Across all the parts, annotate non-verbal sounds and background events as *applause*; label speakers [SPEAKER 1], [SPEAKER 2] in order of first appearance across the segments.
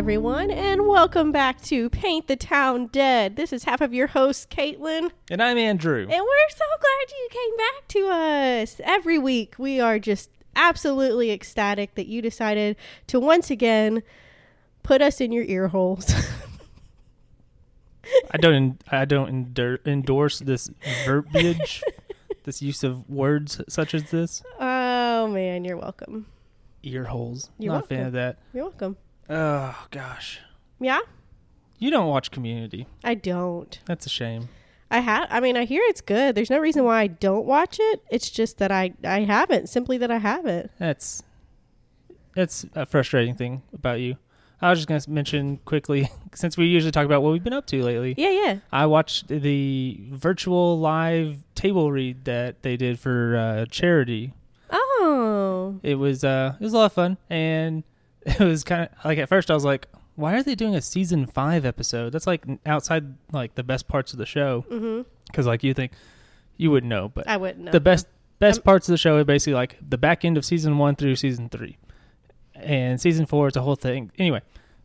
[SPEAKER 1] everyone, and welcome back to Paint the Town Dead. This is half of your host, Caitlin,
[SPEAKER 2] And
[SPEAKER 1] *laughs*
[SPEAKER 2] I'm Andrew.
[SPEAKER 1] and we're so glad you came back to us. Every week, we are just absolutely ecstatic that you decided to once again put us in your ear holes. *laughs*
[SPEAKER 2] I don't I don't endur- endorse this
[SPEAKER 1] *laughs*
[SPEAKER 2] verbiage, this use of words such as this.
[SPEAKER 1] oh man, you're welcome.
[SPEAKER 2] Ear holes.
[SPEAKER 1] You're
[SPEAKER 2] Not a fan of that.
[SPEAKER 1] You're welcome.
[SPEAKER 2] Oh gosh.
[SPEAKER 1] Yeah,
[SPEAKER 2] You don't watch Community.
[SPEAKER 1] I don't.
[SPEAKER 2] That's a shame.
[SPEAKER 1] I have. I mean, I hear it's good. There's no reason why I don't watch it. It's just that I I haven't. Simply that I haven't.
[SPEAKER 2] That's that's a frustrating thing about you. I was just going to mention quickly *laughs* since we usually talk about what we've been up to lately.
[SPEAKER 1] Yeah, yeah.
[SPEAKER 2] I watched the virtual live table read that they did for uh, charity
[SPEAKER 1] Oh,
[SPEAKER 2] it was uh it was a lot of fun and *laughs* it was kind of like at first i was like why are they doing a season five episode that's like outside like the best parts of the show
[SPEAKER 1] mm-hmm.
[SPEAKER 2] because like you think you would know but
[SPEAKER 1] I wouldn't know.
[SPEAKER 2] the best best parts of the show are basically like the back end of season one through season three and season four is a whole thing anyway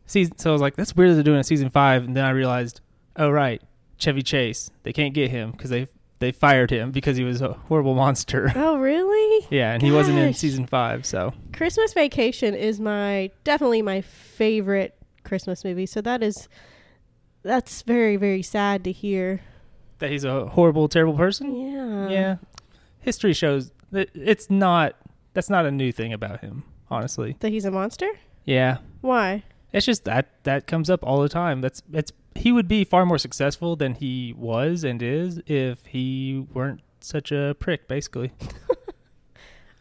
[SPEAKER 2] season so i was like that's weird they're doing a season five and then i realized oh right chevy chase they can't get him because they they fired him because he was a horrible monster *laughs*
[SPEAKER 1] Oh, really?
[SPEAKER 2] yeah and he wasn't in
[SPEAKER 1] Gosh.
[SPEAKER 2] season five so
[SPEAKER 1] Christmas Vacation is my definitely my favorite Christmas movie. So that is that's very very sad to hear.
[SPEAKER 2] that he's a horrible, terrible person.
[SPEAKER 1] Yeah.
[SPEAKER 2] yeah, history shows that it's not. That's not a new thing about him, honestly.
[SPEAKER 1] That he's a monster?
[SPEAKER 2] Yeah,
[SPEAKER 1] Why?
[SPEAKER 2] it's just that that comes up all the time. That's that's he would be far more successful than he was and is if he weren't such a prick, basically.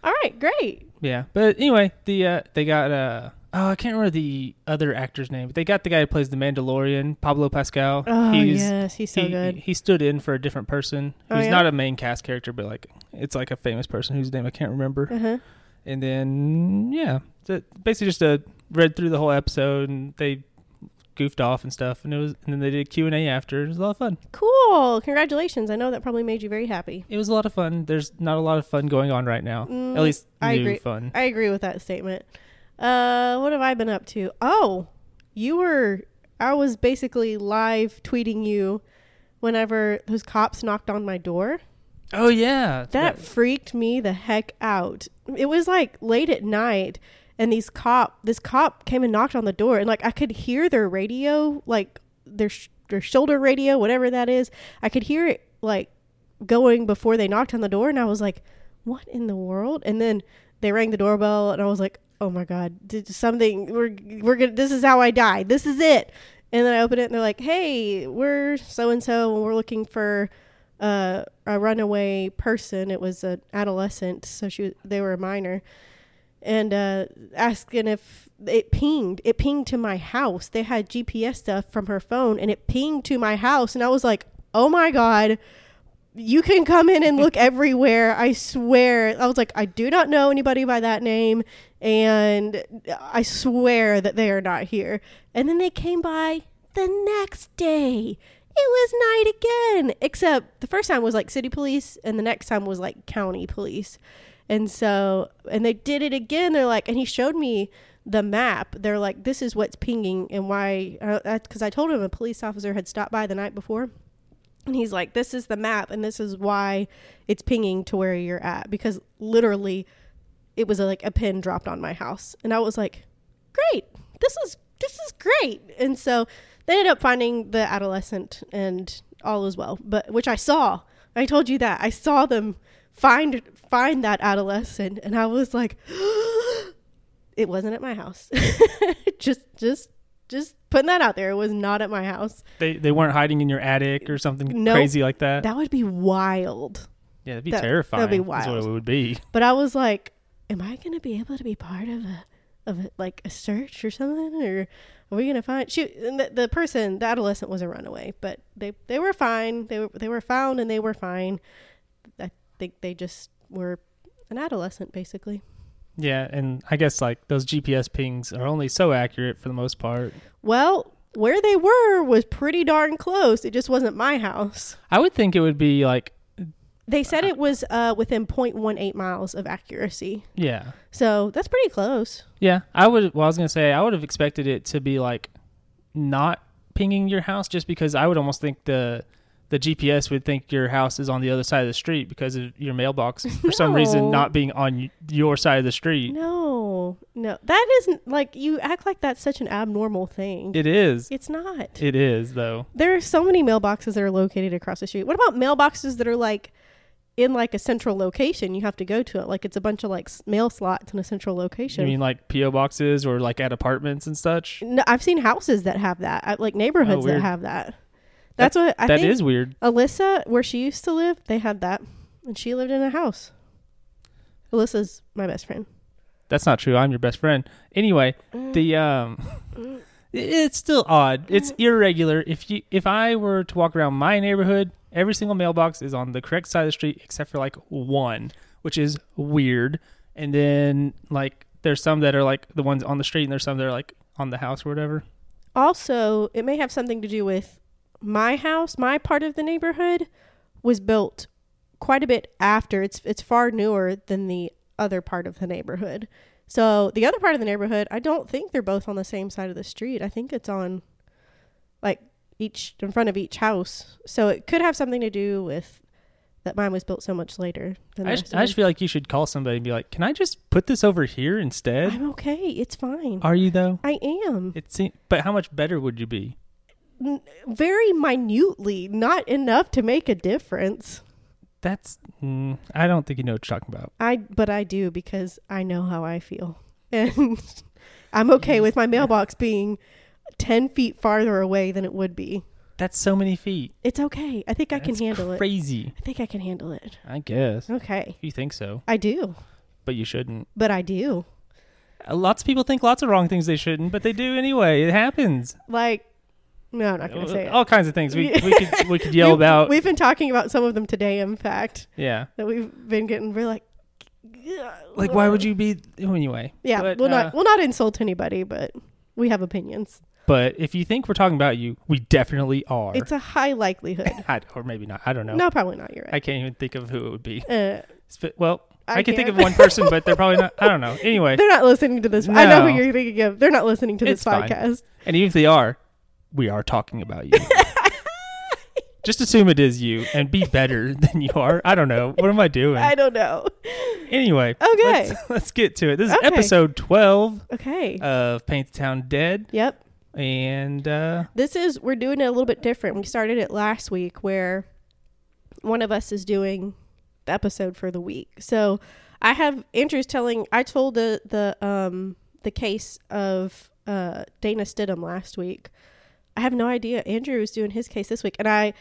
[SPEAKER 1] All right, great.
[SPEAKER 2] Yeah, but anyway, the uh, they got uh oh I can't remember the other actor's name, but they got the guy who plays the Mandalorian, Pablo Pascal.
[SPEAKER 1] Oh, yes, he's so
[SPEAKER 2] he,
[SPEAKER 1] good.
[SPEAKER 2] He stood in for a different person
[SPEAKER 1] Oh,
[SPEAKER 2] who's
[SPEAKER 1] yeah?
[SPEAKER 2] not a main cast character, but like it's like a famous person whose name I can't remember.
[SPEAKER 1] Uh-huh.
[SPEAKER 2] And then yeah, so basically just uh read through the whole episode and they goofed off and stuff, and it was and then they did Q and A after. It was a lot of fun.
[SPEAKER 1] Cool. Congratulations. I know that probably made you very happy.
[SPEAKER 2] It was a lot of fun. There's not a lot of fun going on right now.
[SPEAKER 1] Mm,
[SPEAKER 2] At least
[SPEAKER 1] I
[SPEAKER 2] new
[SPEAKER 1] agree.
[SPEAKER 2] fun.
[SPEAKER 1] I agree with that statement. Uh, what have I been up to? Oh, you were. I was basically live tweeting you whenever those cops knocked on my door.
[SPEAKER 2] oh yeah,
[SPEAKER 1] That freaked me the heck out. It was like late at night, and these cop, this cop came and knocked on the door, and like I could hear their radio, like their sh- their shoulder radio, whatever that is. I could hear it like going before they knocked on the door, and I was like, "What in the world?" And then they rang the doorbell, and I was like, "Oh my god, did something? We're we're gonna. This is how I die. This is it." And then I open it, and they're like, "Hey, we're so and so, and we're looking for." uh, a runaway person. It was an adolescent, so she they were a minor, and uh, asking if it pinged. It pinged to my house. They had GPS stuff from her phone, and it pinged to my house, and I was like, "Oh my god." You can come in and look everywhere. I swear. I was like, I do not know anybody by that name. And I swear that they are not here. And then they came by the next day it was night again. Except the first time was like city police, and the next time was like county police. And so, and they did it again. They're like, and he showed me the map. They're like, this is what's pinging and why. Because I told him a police officer had stopped by the night before. And he's like, this is the map, and this is why it's pinging to where you're at. Because literally, it was like a pin dropped on my house. And I was like, great. This is this is great. And so they ended up finding the adolescent and all is well. But which I saw. I told you that. I saw them find find that adolescent and I was like *gasps* it wasn't at my house. *laughs* just just just putting that out there. It was not at my house.
[SPEAKER 2] they they weren't hiding in your attic or something
[SPEAKER 1] Nope.
[SPEAKER 2] crazy like that.
[SPEAKER 1] That would be wild.
[SPEAKER 2] Yeah, that'd be
[SPEAKER 1] That- that'd be
[SPEAKER 2] terrifying. That's
[SPEAKER 1] wild.
[SPEAKER 2] what it would be.
[SPEAKER 1] But I was like, am I going to be able to be part of a of a, like a search or something or are we going to find shoot and the, the person the adolescent was a runaway, but they they were fine. They were they were found and they were fine. I think they just were an adolescent basically.
[SPEAKER 2] Yeah, and I guess like those GPS pings are only so accurate for the most part.
[SPEAKER 1] Well, where they were was pretty darn close. It just wasn't my house.
[SPEAKER 2] I would think it would be like
[SPEAKER 1] They said it was uh, within 0.18 miles of accuracy.
[SPEAKER 2] Yeah.
[SPEAKER 1] So that's pretty close.
[SPEAKER 2] Yeah. I would, well, I was going to say, I would have expected it to be like not pinging your house just because I would almost think the, the GPS would think your house is on the other side of the street because of
[SPEAKER 1] *laughs*
[SPEAKER 2] your mailbox for some
[SPEAKER 1] No.
[SPEAKER 2] reason not being on y- your side of the street.
[SPEAKER 1] No, no. That isn't like you act like that's such an abnormal thing.
[SPEAKER 2] It is.
[SPEAKER 1] it's not.
[SPEAKER 2] It is though.
[SPEAKER 1] there are so many mailboxes that are located across the street. What about mailboxes that are like in like a central location? You have to go to it. Like it's a bunch of like s- mail slots in a central location.
[SPEAKER 2] You mean like PO boxes or like at apartments and such?
[SPEAKER 1] no, I've seen houses that have that, I- like neighborhoods that
[SPEAKER 2] Oh, weird.
[SPEAKER 1] have that. That's what I
[SPEAKER 2] that
[SPEAKER 1] think.
[SPEAKER 2] is weird.
[SPEAKER 1] Alyssa, where she used to live, they had that, and she lived in a house. Alyssa's my best friend.
[SPEAKER 2] That's not true. I'm your best friend. Anyway, the um *laughs* it- it's still odd. It's irregular. If you if I were to walk around my neighborhood, every single mailbox is on the correct side of the street except for like one, which is weird. And then like there's some that are like the ones on the street and there's some that are like on the house or whatever.
[SPEAKER 1] Also, it may have something to do with my house. My part of the neighborhood was built quite a bit after. It's it's far newer than the other part of the neighborhood. So the other part of the neighborhood, I don't think they're both on the same side of the street. I think it's on like each in front of each house. So it could have something to do with that mine was built so much later than the
[SPEAKER 2] I just,
[SPEAKER 1] rest of
[SPEAKER 2] I just
[SPEAKER 1] them.
[SPEAKER 2] feel like you should call somebody and be like, "Can I just put this over here instead?"
[SPEAKER 1] I'm okay. It's fine.
[SPEAKER 2] Are you though?
[SPEAKER 1] I am.
[SPEAKER 2] It seems, but how much better would you be?
[SPEAKER 1] N- very minutely, not enough to make a difference.
[SPEAKER 2] That's mm, I don't think you know what you're talking about.
[SPEAKER 1] I but I do because I know how I feel, *laughs* and I'm okay with my mailbox being ten feet farther away than it would be.
[SPEAKER 2] That's so many feet.
[SPEAKER 1] It's okay. I think I can
[SPEAKER 2] That's
[SPEAKER 1] handle it.
[SPEAKER 2] Crazy.
[SPEAKER 1] I think I can handle it.
[SPEAKER 2] I guess.
[SPEAKER 1] Okay,
[SPEAKER 2] You think so,
[SPEAKER 1] I do,
[SPEAKER 2] but you shouldn't.
[SPEAKER 1] but I do
[SPEAKER 2] Uh, Lots of people think lots of wrong things they shouldn't, but they do anyway. It happens.
[SPEAKER 1] like. No, I'm not gonna say it.
[SPEAKER 2] All kinds of things we, we could
[SPEAKER 1] *laughs*
[SPEAKER 2] we could yell
[SPEAKER 1] We-
[SPEAKER 2] about.
[SPEAKER 1] We've been talking about some of them today. In fact,
[SPEAKER 2] yeah.
[SPEAKER 1] *laughs* that we've been getting we're like,
[SPEAKER 2] Like why would you be oh, anyway?
[SPEAKER 1] Yeah,
[SPEAKER 2] But,
[SPEAKER 1] we'll
[SPEAKER 2] uh,
[SPEAKER 1] not we'll not insult anybody, but we have opinions.
[SPEAKER 2] But if you think we're talking about you, we definitely are.
[SPEAKER 1] It's a high
[SPEAKER 2] *laughs*
[SPEAKER 1] likelihood.
[SPEAKER 2] I- or maybe not. I don't know.
[SPEAKER 1] No, probably not. You're right.
[SPEAKER 2] I can't even think of who it would be.
[SPEAKER 1] uh,
[SPEAKER 2] Sp- Well, I,
[SPEAKER 1] I
[SPEAKER 2] can think of
[SPEAKER 1] can't.
[SPEAKER 2] one person, but they're probably not. I don't know. Anyway,
[SPEAKER 1] They're not listening to this. I know who
[SPEAKER 2] No.
[SPEAKER 1] you're thinking of. They're not listening to this
[SPEAKER 2] It's fine.
[SPEAKER 1] podcast.
[SPEAKER 2] and even if they are, we are talking about you.
[SPEAKER 1] *laughs*
[SPEAKER 2] Just assume it is you and be better *laughs* than you are. I don't know. What am I doing?
[SPEAKER 1] I don't know. *laughs*
[SPEAKER 2] anyway,
[SPEAKER 1] Okay.
[SPEAKER 2] let's, *laughs* let's get to it. This is
[SPEAKER 1] Okay.
[SPEAKER 2] episode 12
[SPEAKER 1] Okay.
[SPEAKER 2] of Paint the Town Dead.
[SPEAKER 1] yep.
[SPEAKER 2] And uh,
[SPEAKER 1] This is we're doing it a little bit different. We started it last week where one of us is doing the episode for the week. So I have Andrew's telling I told the the um the case of uh Dana Stidham last week. I have no idea. Andrew is doing his case this week and I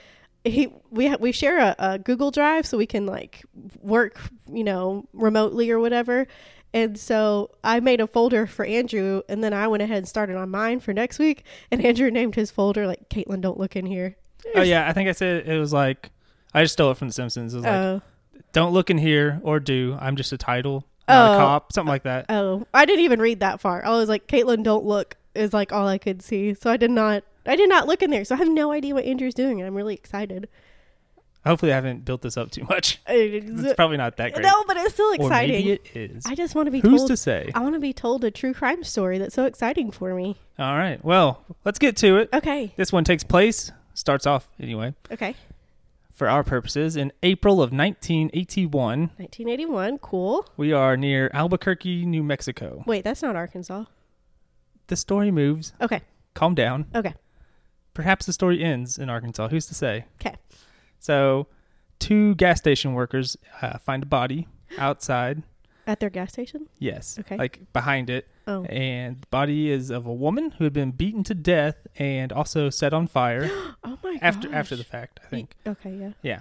[SPEAKER 1] he we ha- we share a, a Google Drive so we can like work, you know, remotely or whatever. And so I made a folder for Andrew, and then I went ahead and started on mine for next week. And Andrew named his folder like Caitlin, don't look in here.
[SPEAKER 2] oh, yeah, I think I said it was like, I just stole it from The Simpsons. It was like,
[SPEAKER 1] oh,
[SPEAKER 2] don't look in here or do. I'm just a title, not
[SPEAKER 1] Oh.
[SPEAKER 2] a cop, something like that.
[SPEAKER 1] oh, I didn't even read that far. I was like, Caitlin, don't look is like all I could see. So I did not, I did not look in there. So I have no idea what Andrew's doing, and I'm really excited.
[SPEAKER 2] Hopefully, I haven't built this up too much. It's
[SPEAKER 1] It's
[SPEAKER 2] probably not that great.
[SPEAKER 1] uh. no, but it's still
[SPEAKER 2] or
[SPEAKER 1] exciting.
[SPEAKER 2] maybe it is.
[SPEAKER 1] I just want to be
[SPEAKER 2] Who's
[SPEAKER 1] told.
[SPEAKER 2] to say?
[SPEAKER 1] I want to be told a true crime story that's so exciting for me.
[SPEAKER 2] All right. Well, let's get to it.
[SPEAKER 1] Okay,
[SPEAKER 2] This one takes place, starts off anyway,
[SPEAKER 1] okay.
[SPEAKER 2] for our purposes, in April of 1981.
[SPEAKER 1] 1981, cool.
[SPEAKER 2] We are near Albuquerque, New Mexico.
[SPEAKER 1] Wait, that's not Arkansas.
[SPEAKER 2] The story moves.
[SPEAKER 1] Okay,
[SPEAKER 2] Calm down.
[SPEAKER 1] okay,
[SPEAKER 2] Perhaps the story ends in Arkansas. Who's to say?
[SPEAKER 1] okay.
[SPEAKER 2] So, two gas station workers uh, find a body outside.
[SPEAKER 1] At their gas station?
[SPEAKER 2] Yes.
[SPEAKER 1] Okay.
[SPEAKER 2] Like behind it.
[SPEAKER 1] Oh.
[SPEAKER 2] And the body is of a woman who had been beaten to death and also set on fire
[SPEAKER 1] *gasps* Oh my god.
[SPEAKER 2] after after the fact, I think.
[SPEAKER 1] Okay, yeah.
[SPEAKER 2] Yeah.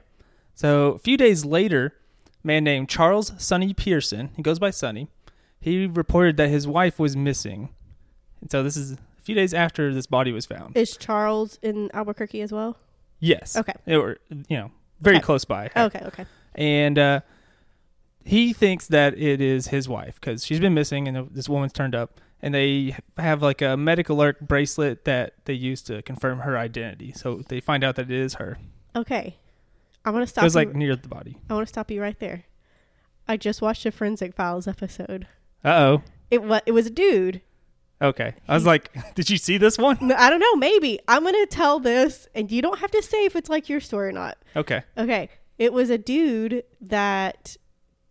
[SPEAKER 2] So a few days later, a man named Charles Sonny Pearson, he goes by Sonny, he reported that his wife was missing. And so this is a few days after this body was found.
[SPEAKER 1] Is Charles in Albuquerque as well?
[SPEAKER 2] yes.
[SPEAKER 1] Okay.
[SPEAKER 2] They were, you know, very
[SPEAKER 1] Okay. Oh.
[SPEAKER 2] close by.
[SPEAKER 1] Okay, okay.
[SPEAKER 2] And uh, he thinks that it is his wife because she's been missing and this woman's turned up. And they have like a medic alert bracelet that they use to confirm her identity. So they find out that it is her.
[SPEAKER 1] Okay. I want to
[SPEAKER 2] It
[SPEAKER 1] stop.
[SPEAKER 2] was
[SPEAKER 1] you-
[SPEAKER 2] like near the body.
[SPEAKER 1] I want to stop you right there. I just watched a Forensic Files episode.
[SPEAKER 2] Uh
[SPEAKER 1] It was it was a dude.
[SPEAKER 2] oh. Okay. I was like, *laughs* did you see this one?
[SPEAKER 1] No, I don't know. Maybe I'm gonna tell this, and you don't have to say if it's like your story or not.
[SPEAKER 2] Okay.
[SPEAKER 1] Okay, it was a dude that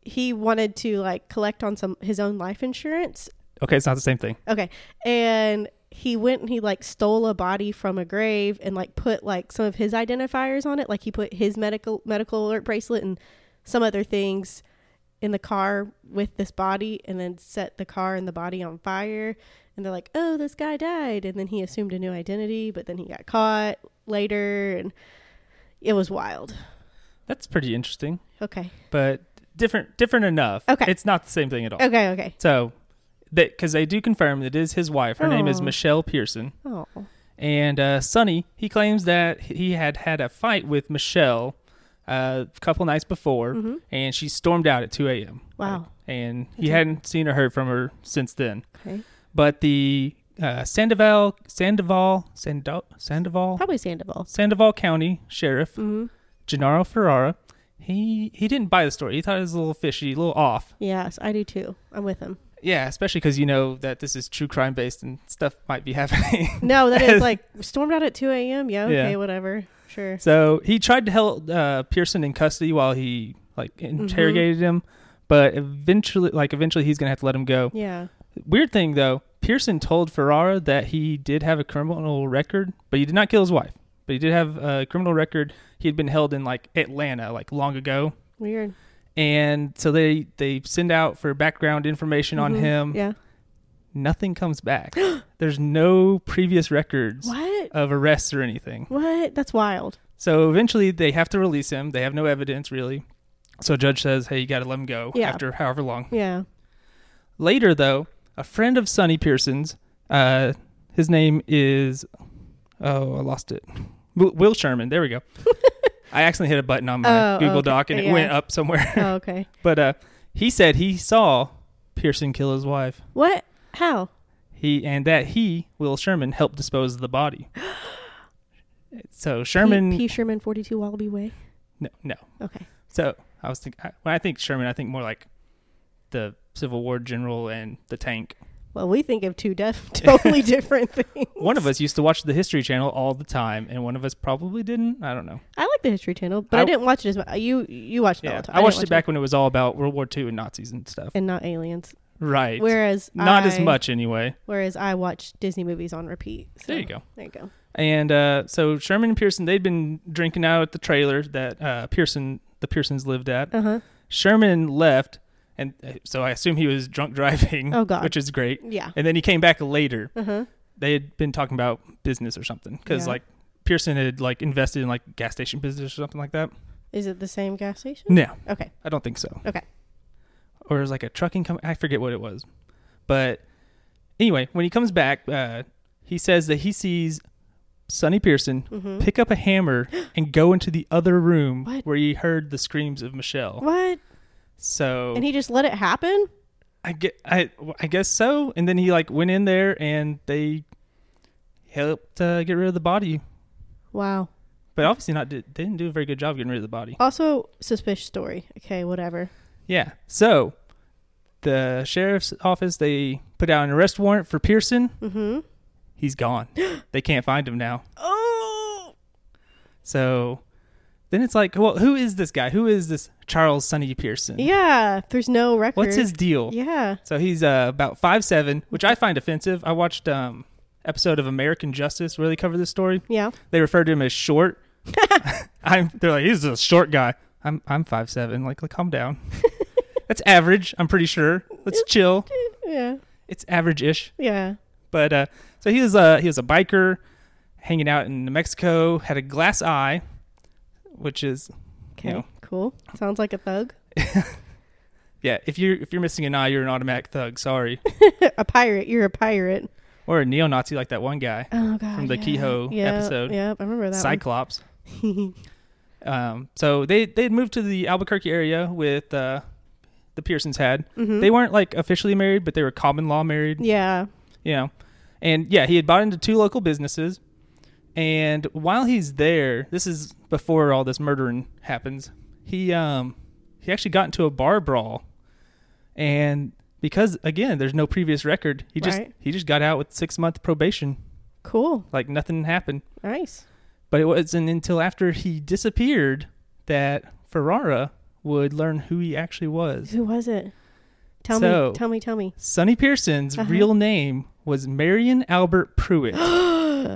[SPEAKER 1] he wanted to like collect on some his own life insurance.
[SPEAKER 2] Okay. It's not the same thing.
[SPEAKER 1] Okay, and he went and he like stole a body from a grave and like put like some of his identifiers on it. Like he put his medical medical alert bracelet and some other things in the car with this body, and then set the car and the body on fire. And they're like, "Oh, this guy died," and then he assumed a new identity, but then he got caught later, and it was wild.
[SPEAKER 2] That's pretty interesting,
[SPEAKER 1] Okay.
[SPEAKER 2] but different different enough.
[SPEAKER 1] Okay.
[SPEAKER 2] It's not the same thing at all.
[SPEAKER 1] Okay, okay.
[SPEAKER 2] So, that because they do confirm that it is his wife. Her name is
[SPEAKER 1] Oh.
[SPEAKER 2] Michelle Pearson.
[SPEAKER 1] Oh.
[SPEAKER 2] And uh, Sonny, he claims that he had had a fight with Michelle uh, a couple nights before,
[SPEAKER 1] Mm-hmm.
[SPEAKER 2] and she stormed out at 2 a.m.
[SPEAKER 1] Wow.
[SPEAKER 2] And he hadn't seen or heard from her since then.
[SPEAKER 1] Okay.
[SPEAKER 2] But the uh, Sandoval, Sandoval, Sando, Sandoval,
[SPEAKER 1] Probably Sandoval.
[SPEAKER 2] Sandoval County Sheriff Gennaro Ferrara, he he didn't buy the story. He thought it was a little fishy, a little off.
[SPEAKER 1] Yes, I do too. I'm with
[SPEAKER 2] *laughs*
[SPEAKER 1] him.
[SPEAKER 2] Yeah, especially because you know that this is true crime based and stuff might be *laughs* happening.
[SPEAKER 1] No, that is
[SPEAKER 2] *laughs*
[SPEAKER 1] like stormed out at 2 a.m. Yeah, okay,
[SPEAKER 2] Yeah.
[SPEAKER 1] whatever. Sure.
[SPEAKER 2] So he tried to hold uh, Pearson in custody while he like interrogated him, but eventually, like eventually, he's gonna have to let him go.
[SPEAKER 1] Yeah.
[SPEAKER 2] Weird thing though, Pearson told Ferrara that he did have a criminal record, but he did not kill his wife. But he did have a criminal record. He had been held in like Atlanta, like long ago,
[SPEAKER 1] Weird.
[SPEAKER 2] and so they they send out for background information on him.
[SPEAKER 1] Mm-hmm. Yeah.
[SPEAKER 2] Nothing
[SPEAKER 1] *gasps*
[SPEAKER 2] comes back. There's no previous records
[SPEAKER 1] What?
[SPEAKER 2] of arrests or anything.
[SPEAKER 1] What? That's wild.
[SPEAKER 2] So eventually they have to release him. They have no evidence really. So a judge says, "Hey, you got to let him go
[SPEAKER 1] Yeah.
[SPEAKER 2] after however long." *laughs*
[SPEAKER 1] Yeah.
[SPEAKER 2] Later though, a friend of Sonny Pearson's, uh his name is oh, I lost it. Will, Will Sherman. There we
[SPEAKER 1] *laughs*
[SPEAKER 2] go. I accidentally hit a button on my
[SPEAKER 1] Oh,
[SPEAKER 2] Google
[SPEAKER 1] okay.
[SPEAKER 2] Doc and it
[SPEAKER 1] Yeah.
[SPEAKER 2] went up somewhere.
[SPEAKER 1] Oh, okay.
[SPEAKER 2] but uh he said he saw Pearson kill his wife.
[SPEAKER 1] What? How?
[SPEAKER 2] He and that he, Will Sherman, helped dispose of the
[SPEAKER 1] *gasps*
[SPEAKER 2] body. So Sherman
[SPEAKER 1] P. P. Sherman 42 Wallaby Way.
[SPEAKER 2] No, no.
[SPEAKER 1] Okay.
[SPEAKER 2] So I was thinking when I think Sherman, I think more like the Civil War general and the tank.
[SPEAKER 1] Well, we think of two
[SPEAKER 2] *laughs*
[SPEAKER 1] def- totally different things.
[SPEAKER 2] One of us used to watch the History Channel all the time, and one of us probably didn't. I don't know.
[SPEAKER 1] I like the History Channel, but I,
[SPEAKER 2] I-
[SPEAKER 1] didn't watch it as much. You you watched it all
[SPEAKER 2] Yeah,
[SPEAKER 1] the time.
[SPEAKER 2] I
[SPEAKER 1] didn't
[SPEAKER 2] watched it
[SPEAKER 1] watch
[SPEAKER 2] back when it was all about World War II and Nazis and stuff.
[SPEAKER 1] and not Aliens.
[SPEAKER 2] right.
[SPEAKER 1] Whereas
[SPEAKER 2] Not as
[SPEAKER 1] I-
[SPEAKER 2] much anyway.
[SPEAKER 1] Whereas I watch Disney movies on repeat. So
[SPEAKER 2] There you go.
[SPEAKER 1] There you go.
[SPEAKER 2] And uh, so Sherman and Pearson, they'd been drinking out at the trailer that uh, Pearson, the Pearsons lived at.
[SPEAKER 1] Uh huh.
[SPEAKER 2] Sherman left, and uh, so I assume he was drunk driving.
[SPEAKER 1] Oh, God.
[SPEAKER 2] *laughs* which is great.
[SPEAKER 1] Yeah.
[SPEAKER 2] And then he came back later.
[SPEAKER 1] Uh huh.
[SPEAKER 2] they had been talking about business or something because
[SPEAKER 1] Yeah.
[SPEAKER 2] like Pearson had like invested in like gas station business or something like that.
[SPEAKER 1] Is it the same gas station?
[SPEAKER 2] No,
[SPEAKER 1] Okay.
[SPEAKER 2] I don't think so.
[SPEAKER 1] Hmm. Okay.
[SPEAKER 2] Or it was like a trucking company. I forget what it was, but anyway, when he comes back, uh, he says that he sees Sonny Pearson
[SPEAKER 1] Mm-hmm.
[SPEAKER 2] pick up a hammer and go into the other room
[SPEAKER 1] What?
[SPEAKER 2] where he heard the screams of Michelle.
[SPEAKER 1] What?
[SPEAKER 2] So
[SPEAKER 1] And he just let it happen?
[SPEAKER 2] I get, I, I guess so. And then he like went in there and they helped uh, get rid of the body
[SPEAKER 1] Wow.
[SPEAKER 2] But obviously not. Did, they didn't do a very good job getting rid of the body.
[SPEAKER 1] Also, suspicious story. Okay, whatever.
[SPEAKER 2] Yeah. So the sheriff's office they put out an arrest warrant for Pearson.
[SPEAKER 1] Mm-hmm. *gasps*
[SPEAKER 2] He's gone. they can't find him now.
[SPEAKER 1] Oh!
[SPEAKER 2] So then it's like, well, who is this guy? Who is this Charles Sonny Pearson?
[SPEAKER 1] Yeah, there's no record.
[SPEAKER 2] What's his deal?
[SPEAKER 1] Yeah.
[SPEAKER 2] So he's uh, about five seven, which I find offensive. I watched um episode of American Justice where they cover this story.
[SPEAKER 1] Yeah.
[SPEAKER 2] They referred to him
[SPEAKER 1] *laughs*
[SPEAKER 2] as short. I'm. They're like, he's a short guy. I'm. I'm five seven. Like, like,
[SPEAKER 1] *laughs*
[SPEAKER 2] calm down. That's average. I'm pretty sure. Let's chill.
[SPEAKER 1] Yeah.
[SPEAKER 2] It's average-ish.
[SPEAKER 1] Yeah.
[SPEAKER 2] But uh, so he was a he was a biker, hanging out in New Mexico. Had a glass eye, which is
[SPEAKER 1] Okay.
[SPEAKER 2] Yeah.
[SPEAKER 1] Cool. Sounds like a thug. *laughs*
[SPEAKER 2] yeah. If you're if you're missing an eye, you're an automatic
[SPEAKER 1] *laughs*
[SPEAKER 2] thug. Sorry,
[SPEAKER 1] a pirate. You're a pirate.
[SPEAKER 2] or a neo-Nazi like that one guy,
[SPEAKER 1] Oh, God.
[SPEAKER 2] From the
[SPEAKER 1] yeah.
[SPEAKER 2] Kehoe
[SPEAKER 1] yeah.
[SPEAKER 2] episode.
[SPEAKER 1] Yeah, I remember that. one. *laughs*
[SPEAKER 2] Cyclops. Um, so they they had moved to the Albuquerque area with uh, the Pearsons had. They weren't like officially married, but they were common law married.
[SPEAKER 1] Mm-hmm. yeah.
[SPEAKER 2] You know, and yeah, he had bought into two local businesses, And while he's there, this is before all this murdering happens. He um he actually got into a bar brawl, and because again, there's no previous record, he just
[SPEAKER 1] Right.
[SPEAKER 2] he just got out with six month probation,
[SPEAKER 1] Cool.
[SPEAKER 2] like nothing happened.
[SPEAKER 1] Nice.
[SPEAKER 2] But it wasn't until after he disappeared that Ferrara would learn who he actually was.
[SPEAKER 1] Who was it? Tell
[SPEAKER 2] So-
[SPEAKER 1] me. Tell me. Tell me.
[SPEAKER 2] Sonny Pearson's
[SPEAKER 1] Uh-huh.
[SPEAKER 2] real name was Marion Albert Pruitt.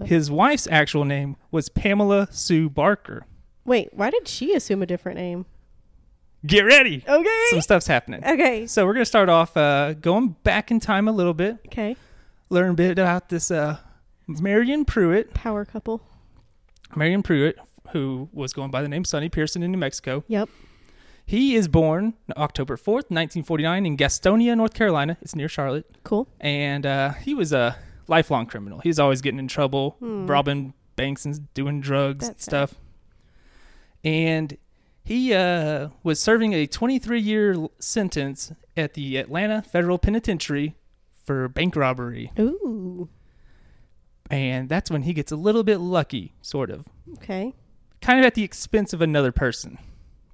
[SPEAKER 2] His wife's actual name was Pamela Sue Barker.
[SPEAKER 1] Wait. Why did she assume a different name?
[SPEAKER 2] Get ready.
[SPEAKER 1] Okay.
[SPEAKER 2] Some stuff's happening.
[SPEAKER 1] okay.
[SPEAKER 2] So we're going to start off uh, going back in time a little bit,
[SPEAKER 1] Okay.
[SPEAKER 2] learn a bit about this uh, Marion Pruitt.
[SPEAKER 1] Power couple.
[SPEAKER 2] Marion Pruitt, who was going by the name Sonny Pearson in New Mexico.
[SPEAKER 1] Yep.
[SPEAKER 2] He is born October 4th, 1949 in Gastonia, North Carolina. It's near Charlotte.
[SPEAKER 1] Cool.
[SPEAKER 2] and uh, he was a lifelong criminal. He was always getting in trouble, robbing banks and doing drugs and
[SPEAKER 1] Hmm. That's sad.
[SPEAKER 2] stuff. And he uh, was serving a 23 year l- sentence at the Atlanta Federal Penitentiary for bank robbery.
[SPEAKER 1] Ooh.
[SPEAKER 2] And that's when he gets a little bit lucky, sort of,
[SPEAKER 1] Okay.
[SPEAKER 2] kind of at the expense of another person.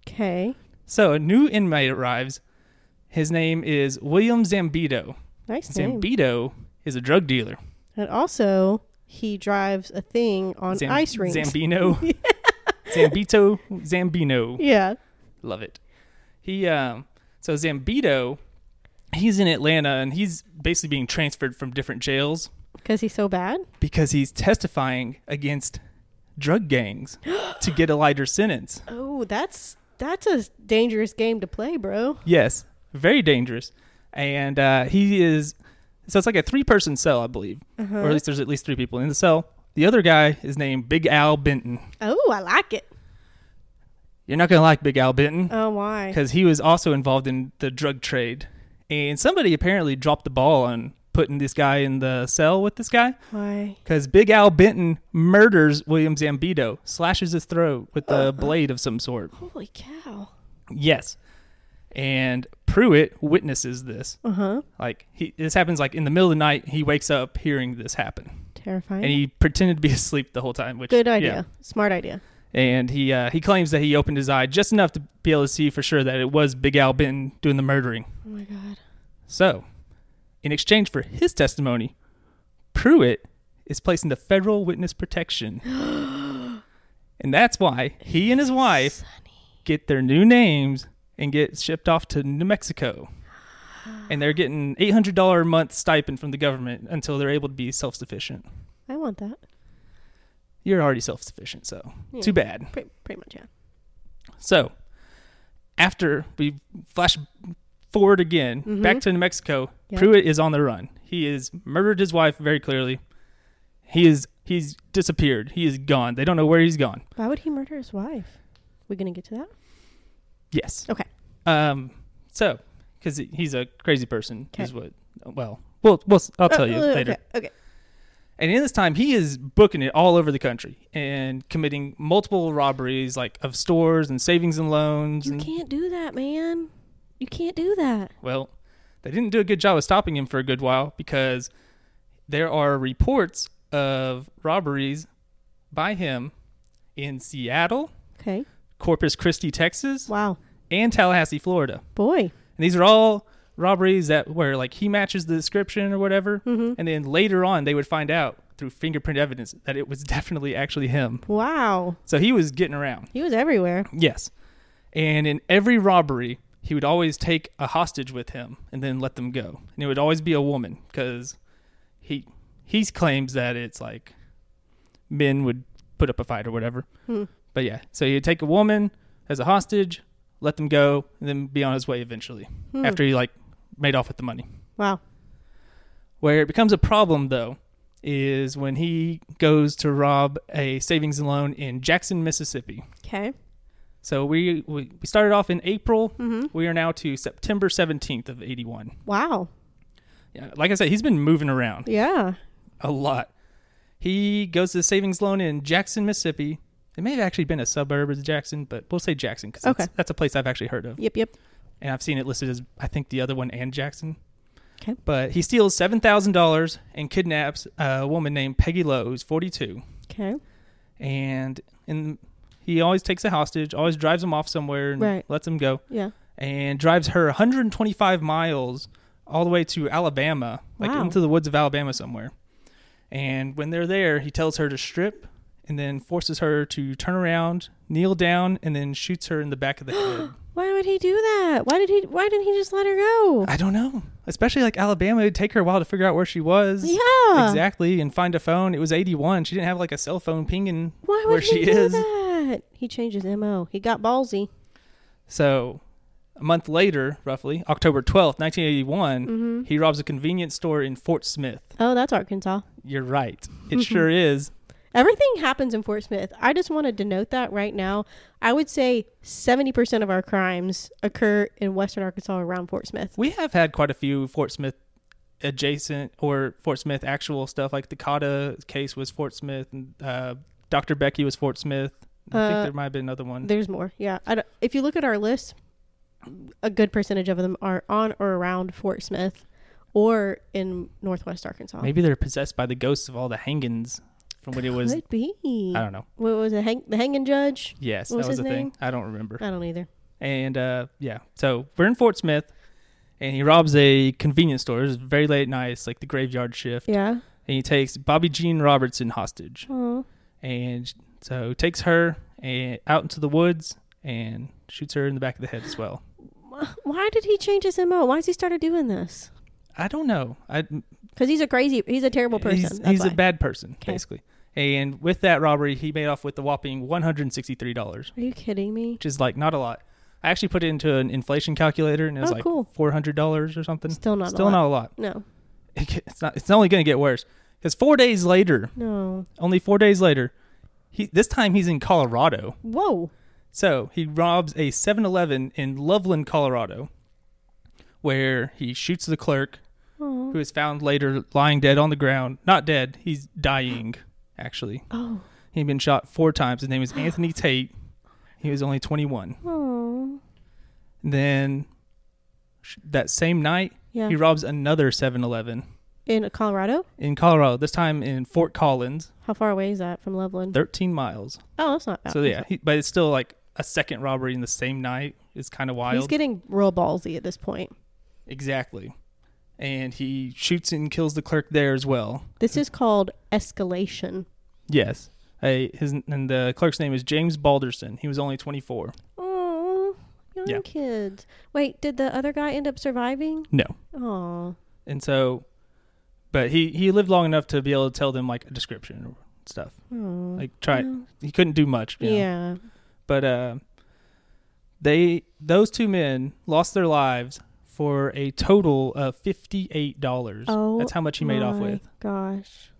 [SPEAKER 1] Okay.
[SPEAKER 2] So a new inmate arrives. His name is William Zambito.
[SPEAKER 1] Nice name.
[SPEAKER 2] Zambito is a drug dealer.
[SPEAKER 1] And also, he drives a thing on
[SPEAKER 2] Zam-
[SPEAKER 1] ice rings. *laughs*
[SPEAKER 2] Zambino. Zambito. Zambino.
[SPEAKER 1] Yeah.
[SPEAKER 2] Love it. He um so Zambito, he's in Atlanta and he's basically being transferred from different jails
[SPEAKER 1] Because he's so bad.
[SPEAKER 2] because he's testifying against drug gangs to get a lighter sentence.
[SPEAKER 1] Oh, that's that's a dangerous game to play, bro.
[SPEAKER 2] Yes. Very dangerous. And uh he is so it's like a three person cell, I believe. Or at least there's at least three people in the cell. The other guy is named Big Al Benton.
[SPEAKER 1] Oh, I like it.
[SPEAKER 2] You're not gonna like Big Al Benton.
[SPEAKER 1] Oh, why?
[SPEAKER 2] because he was also involved in the drug trade. And somebody apparently dropped the ball on putting this guy in the cell with this guy
[SPEAKER 1] Why?
[SPEAKER 2] because Big Al Benton murders William Zambito, slashes his throat with a blade of some sort.
[SPEAKER 1] Holy cow.
[SPEAKER 2] Yes. And Pruitt witnesses this.
[SPEAKER 1] Uh huh.
[SPEAKER 2] Like he, this happens like in the middle of the night. He wakes up hearing this happen,
[SPEAKER 1] Terrifying.
[SPEAKER 2] and he pretended to be *laughs* asleep the whole time. Which
[SPEAKER 1] Good
[SPEAKER 2] yeah.
[SPEAKER 1] idea. Smart idea.
[SPEAKER 2] And he uh, he claims that he opened his eye just enough to be able to see for sure that it was Big Al Benton doing the murdering.
[SPEAKER 1] Oh my god. *gasps*
[SPEAKER 2] So, in exchange for his testimony, Pruitt is placed into federal witness protection. and that's why he and his wife get their new names and get shipped off to New Mexico. And they're getting $800 a month stipend from the government until they're able to be self sufficient.
[SPEAKER 1] I want that.
[SPEAKER 2] You're already self sufficient, so
[SPEAKER 1] Yeah.
[SPEAKER 2] too bad.
[SPEAKER 1] Pretty, pretty much, yeah.
[SPEAKER 2] So, after we flash forward again
[SPEAKER 1] Mm-hmm.
[SPEAKER 2] back to New Mexico,
[SPEAKER 1] Yeah.
[SPEAKER 2] Pruitt is on the run. He has murdered his wife very clearly. He is he's disappeared. He is gone. They don't know where he's gone.
[SPEAKER 1] Why would he murder his wife? We gonna get to that?
[SPEAKER 2] Yes.
[SPEAKER 1] Okay.
[SPEAKER 2] Um. So, because he's a crazy person, is
[SPEAKER 1] Okay.
[SPEAKER 2] what. Well, well, we'll I'll tell you
[SPEAKER 1] Uh, uh,
[SPEAKER 2] later.
[SPEAKER 1] Okay. okay.
[SPEAKER 2] And in this time, he is booking it all over the country and committing multiple robberies, like of stores and savings and loans.
[SPEAKER 1] You
[SPEAKER 2] and,
[SPEAKER 1] can't do that, man. You can't do that.
[SPEAKER 2] Well, they didn't do a good job of stopping him for a good while because there are reports of robberies by him in Seattle,
[SPEAKER 1] Okay.
[SPEAKER 2] Corpus Christi, Texas,
[SPEAKER 1] Wow.
[SPEAKER 2] and Tallahassee, Florida.
[SPEAKER 1] Boy.
[SPEAKER 2] And these are all robberies that where like he matches the description or whatever, and then later on they would find out through fingerprint evidence that it was *laughs* definitely actually him.
[SPEAKER 1] Wow.
[SPEAKER 2] So he was getting around.
[SPEAKER 1] He was everywhere.
[SPEAKER 2] Yes. And in every robbery, he would always take a hostage with him and then let them go. And it would always be a woman because he he claims that it's like men would put up a fight or whatever. But yeah, so he'd take a woman as a hostage, let them go, and then be on his way eventually after he like made off with the money.
[SPEAKER 1] Wow.
[SPEAKER 2] Where it becomes a problem though is when he goes to rob a savings and loan in Jackson, Mississippi.
[SPEAKER 1] Okay.
[SPEAKER 2] So we we we started off in April.
[SPEAKER 1] Mm-hmm.
[SPEAKER 2] We are now to September 17th of 81.
[SPEAKER 1] Wow.
[SPEAKER 2] Yeah, like I said, he's been moving around
[SPEAKER 1] Yeah.
[SPEAKER 2] a lot. He goes to the savings loan in Jackson, Mississippi. It may have actually been a suburb of Jackson, but we'll say Jackson because
[SPEAKER 1] Okay.
[SPEAKER 2] that's a place I've actually heard of.
[SPEAKER 1] Yep. Yep.
[SPEAKER 2] And I've seen it listed as, I think, the other one and Jackson.
[SPEAKER 1] Okay.
[SPEAKER 2] But he steals $7,000 and kidnaps a woman named Peggy Lowe, who's 42.
[SPEAKER 1] Okay.
[SPEAKER 2] and and he always takes a hostage, always drives him off somewhere and
[SPEAKER 1] Right.
[SPEAKER 2] lets him go,
[SPEAKER 1] Yeah.
[SPEAKER 2] and drives her 125 miles all the way to Alabama, like
[SPEAKER 1] Wow.
[SPEAKER 2] into the woods of Alabama somewhere. And when they're there, he tells her to strip and then forces her to turn around, kneel down, and then shoots her in the back of
[SPEAKER 1] *gasps*
[SPEAKER 2] the head.
[SPEAKER 1] Why would he do that? Why did he? Why didn't he just let her
[SPEAKER 2] *laughs*
[SPEAKER 1] go?
[SPEAKER 2] I don't know. Especially like Alabama, it'd take her a while to figure out where she was.
[SPEAKER 1] yeah.
[SPEAKER 2] Exactly, and find a phone. It was 81. She didn't have like a cell phone pinging
[SPEAKER 1] Why would
[SPEAKER 2] where
[SPEAKER 1] he
[SPEAKER 2] she
[SPEAKER 1] do
[SPEAKER 2] is.
[SPEAKER 1] that? He changed his mo. He got ballsy.
[SPEAKER 2] So, a month later, roughly October 12th, 1981,
[SPEAKER 1] Mm-hmm.
[SPEAKER 2] he robs a convenience store in Fort Smith.
[SPEAKER 1] Oh, that's Arkansas.
[SPEAKER 2] You're right.
[SPEAKER 1] Mm-hmm.
[SPEAKER 2] It sure is.
[SPEAKER 1] Everything happens in Fort Smith. I just want to denote that right now. I would say 70% of our crimes occur in western Arkansas around Fort Smith.
[SPEAKER 2] We have had quite a few Fort Smith adjacent or Fort Smith actual stuff. Like the Cotta case was Fort Smith. And, uh, Dr. Becky was Fort Smith. I
[SPEAKER 1] Uh,
[SPEAKER 2] think there might have been another one.
[SPEAKER 1] There's more. Yeah. I don't- if you look at our list, a good percentage of them are on or around Fort Smith or in northwest Arkansas.
[SPEAKER 2] Maybe they're possessed by the ghosts of all the hangings from when it was.
[SPEAKER 1] Could be.
[SPEAKER 2] I don't know.
[SPEAKER 1] What was it? Hang- the hanging judge?
[SPEAKER 2] Yes,
[SPEAKER 1] What was
[SPEAKER 2] that was
[SPEAKER 1] his
[SPEAKER 2] the
[SPEAKER 1] name?
[SPEAKER 2] thing. I don't remember.
[SPEAKER 1] I don't either.
[SPEAKER 2] And uh, yeah, so we're in Fort Smith, and he robs a convenience store. It's very late at night. It's like the graveyard shift.
[SPEAKER 1] Yeah.
[SPEAKER 2] And he takes Bobby Jean Robertson hostage,
[SPEAKER 1] Oh.
[SPEAKER 2] and so takes her and out into the woods and shoots her in the back of the head as well.
[SPEAKER 1] Why did he change his MO? Why has he started doing this?
[SPEAKER 2] I don't know. I
[SPEAKER 1] Because he's a crazy, he's a terrible person.
[SPEAKER 2] he's,
[SPEAKER 1] That's
[SPEAKER 2] he's a
[SPEAKER 1] why.
[SPEAKER 2] bad person
[SPEAKER 1] 'Kay.
[SPEAKER 2] basically. And with that robbery, he made off with a whopping one hundred sixty-three dollars,
[SPEAKER 1] Are you kidding me?
[SPEAKER 2] which is like not a lot. I actually put it into an inflation calculator, and it was
[SPEAKER 1] Oh,
[SPEAKER 2] like
[SPEAKER 1] cool.
[SPEAKER 2] four hundred dollars or something.
[SPEAKER 1] Still not. a
[SPEAKER 2] Still
[SPEAKER 1] lot.
[SPEAKER 2] not a lot. *laughs*
[SPEAKER 1] No.
[SPEAKER 2] it get- it's not it's only going to get worse because four days later
[SPEAKER 1] No.
[SPEAKER 2] only four days later he this time he's in colorado
[SPEAKER 1] Whoa.
[SPEAKER 2] so he robs a 7-eleven in loveland colorado where he shoots the clerk
[SPEAKER 1] Oh.
[SPEAKER 2] who is found later lying dead on the ground not dead he's dying actually
[SPEAKER 1] Oh.
[SPEAKER 2] he'd been shot four times his name is anthony tate he was only 21
[SPEAKER 1] Oh.
[SPEAKER 2] then sh- that same night
[SPEAKER 1] Yeah.
[SPEAKER 2] he robs another 7-eleven
[SPEAKER 1] in Colorado?
[SPEAKER 2] in colorado this time in fort collins
[SPEAKER 1] How far away is that from Loveland?
[SPEAKER 2] 13 miles
[SPEAKER 1] Oh, that's not bad.
[SPEAKER 2] So yeah, he, but it's still like a second robbery in the same night is kind of
[SPEAKER 1] He's
[SPEAKER 2] wild.
[SPEAKER 1] getting real ballsy at this point.
[SPEAKER 2] exactly. And he shoots and kills the clerk there as well.
[SPEAKER 1] This is called escalation.
[SPEAKER 2] Yes. A, his and the clerk's name is James Balderson. He was only 24.
[SPEAKER 1] Oh, young
[SPEAKER 2] Yeah.
[SPEAKER 1] kids. Wait, did the other guy end up surviving?
[SPEAKER 2] No.
[SPEAKER 1] Oh,
[SPEAKER 2] And so but he he lived long enough to be able to tell them like a description or stuff. Like try he couldn't do much, you know.
[SPEAKER 1] Oh, yeah.
[SPEAKER 2] But uh, they those two men lost their lives for a total of fifty eight dollars.
[SPEAKER 1] Oh
[SPEAKER 2] that's how much he made off
[SPEAKER 1] My
[SPEAKER 2] with.
[SPEAKER 1] Gosh.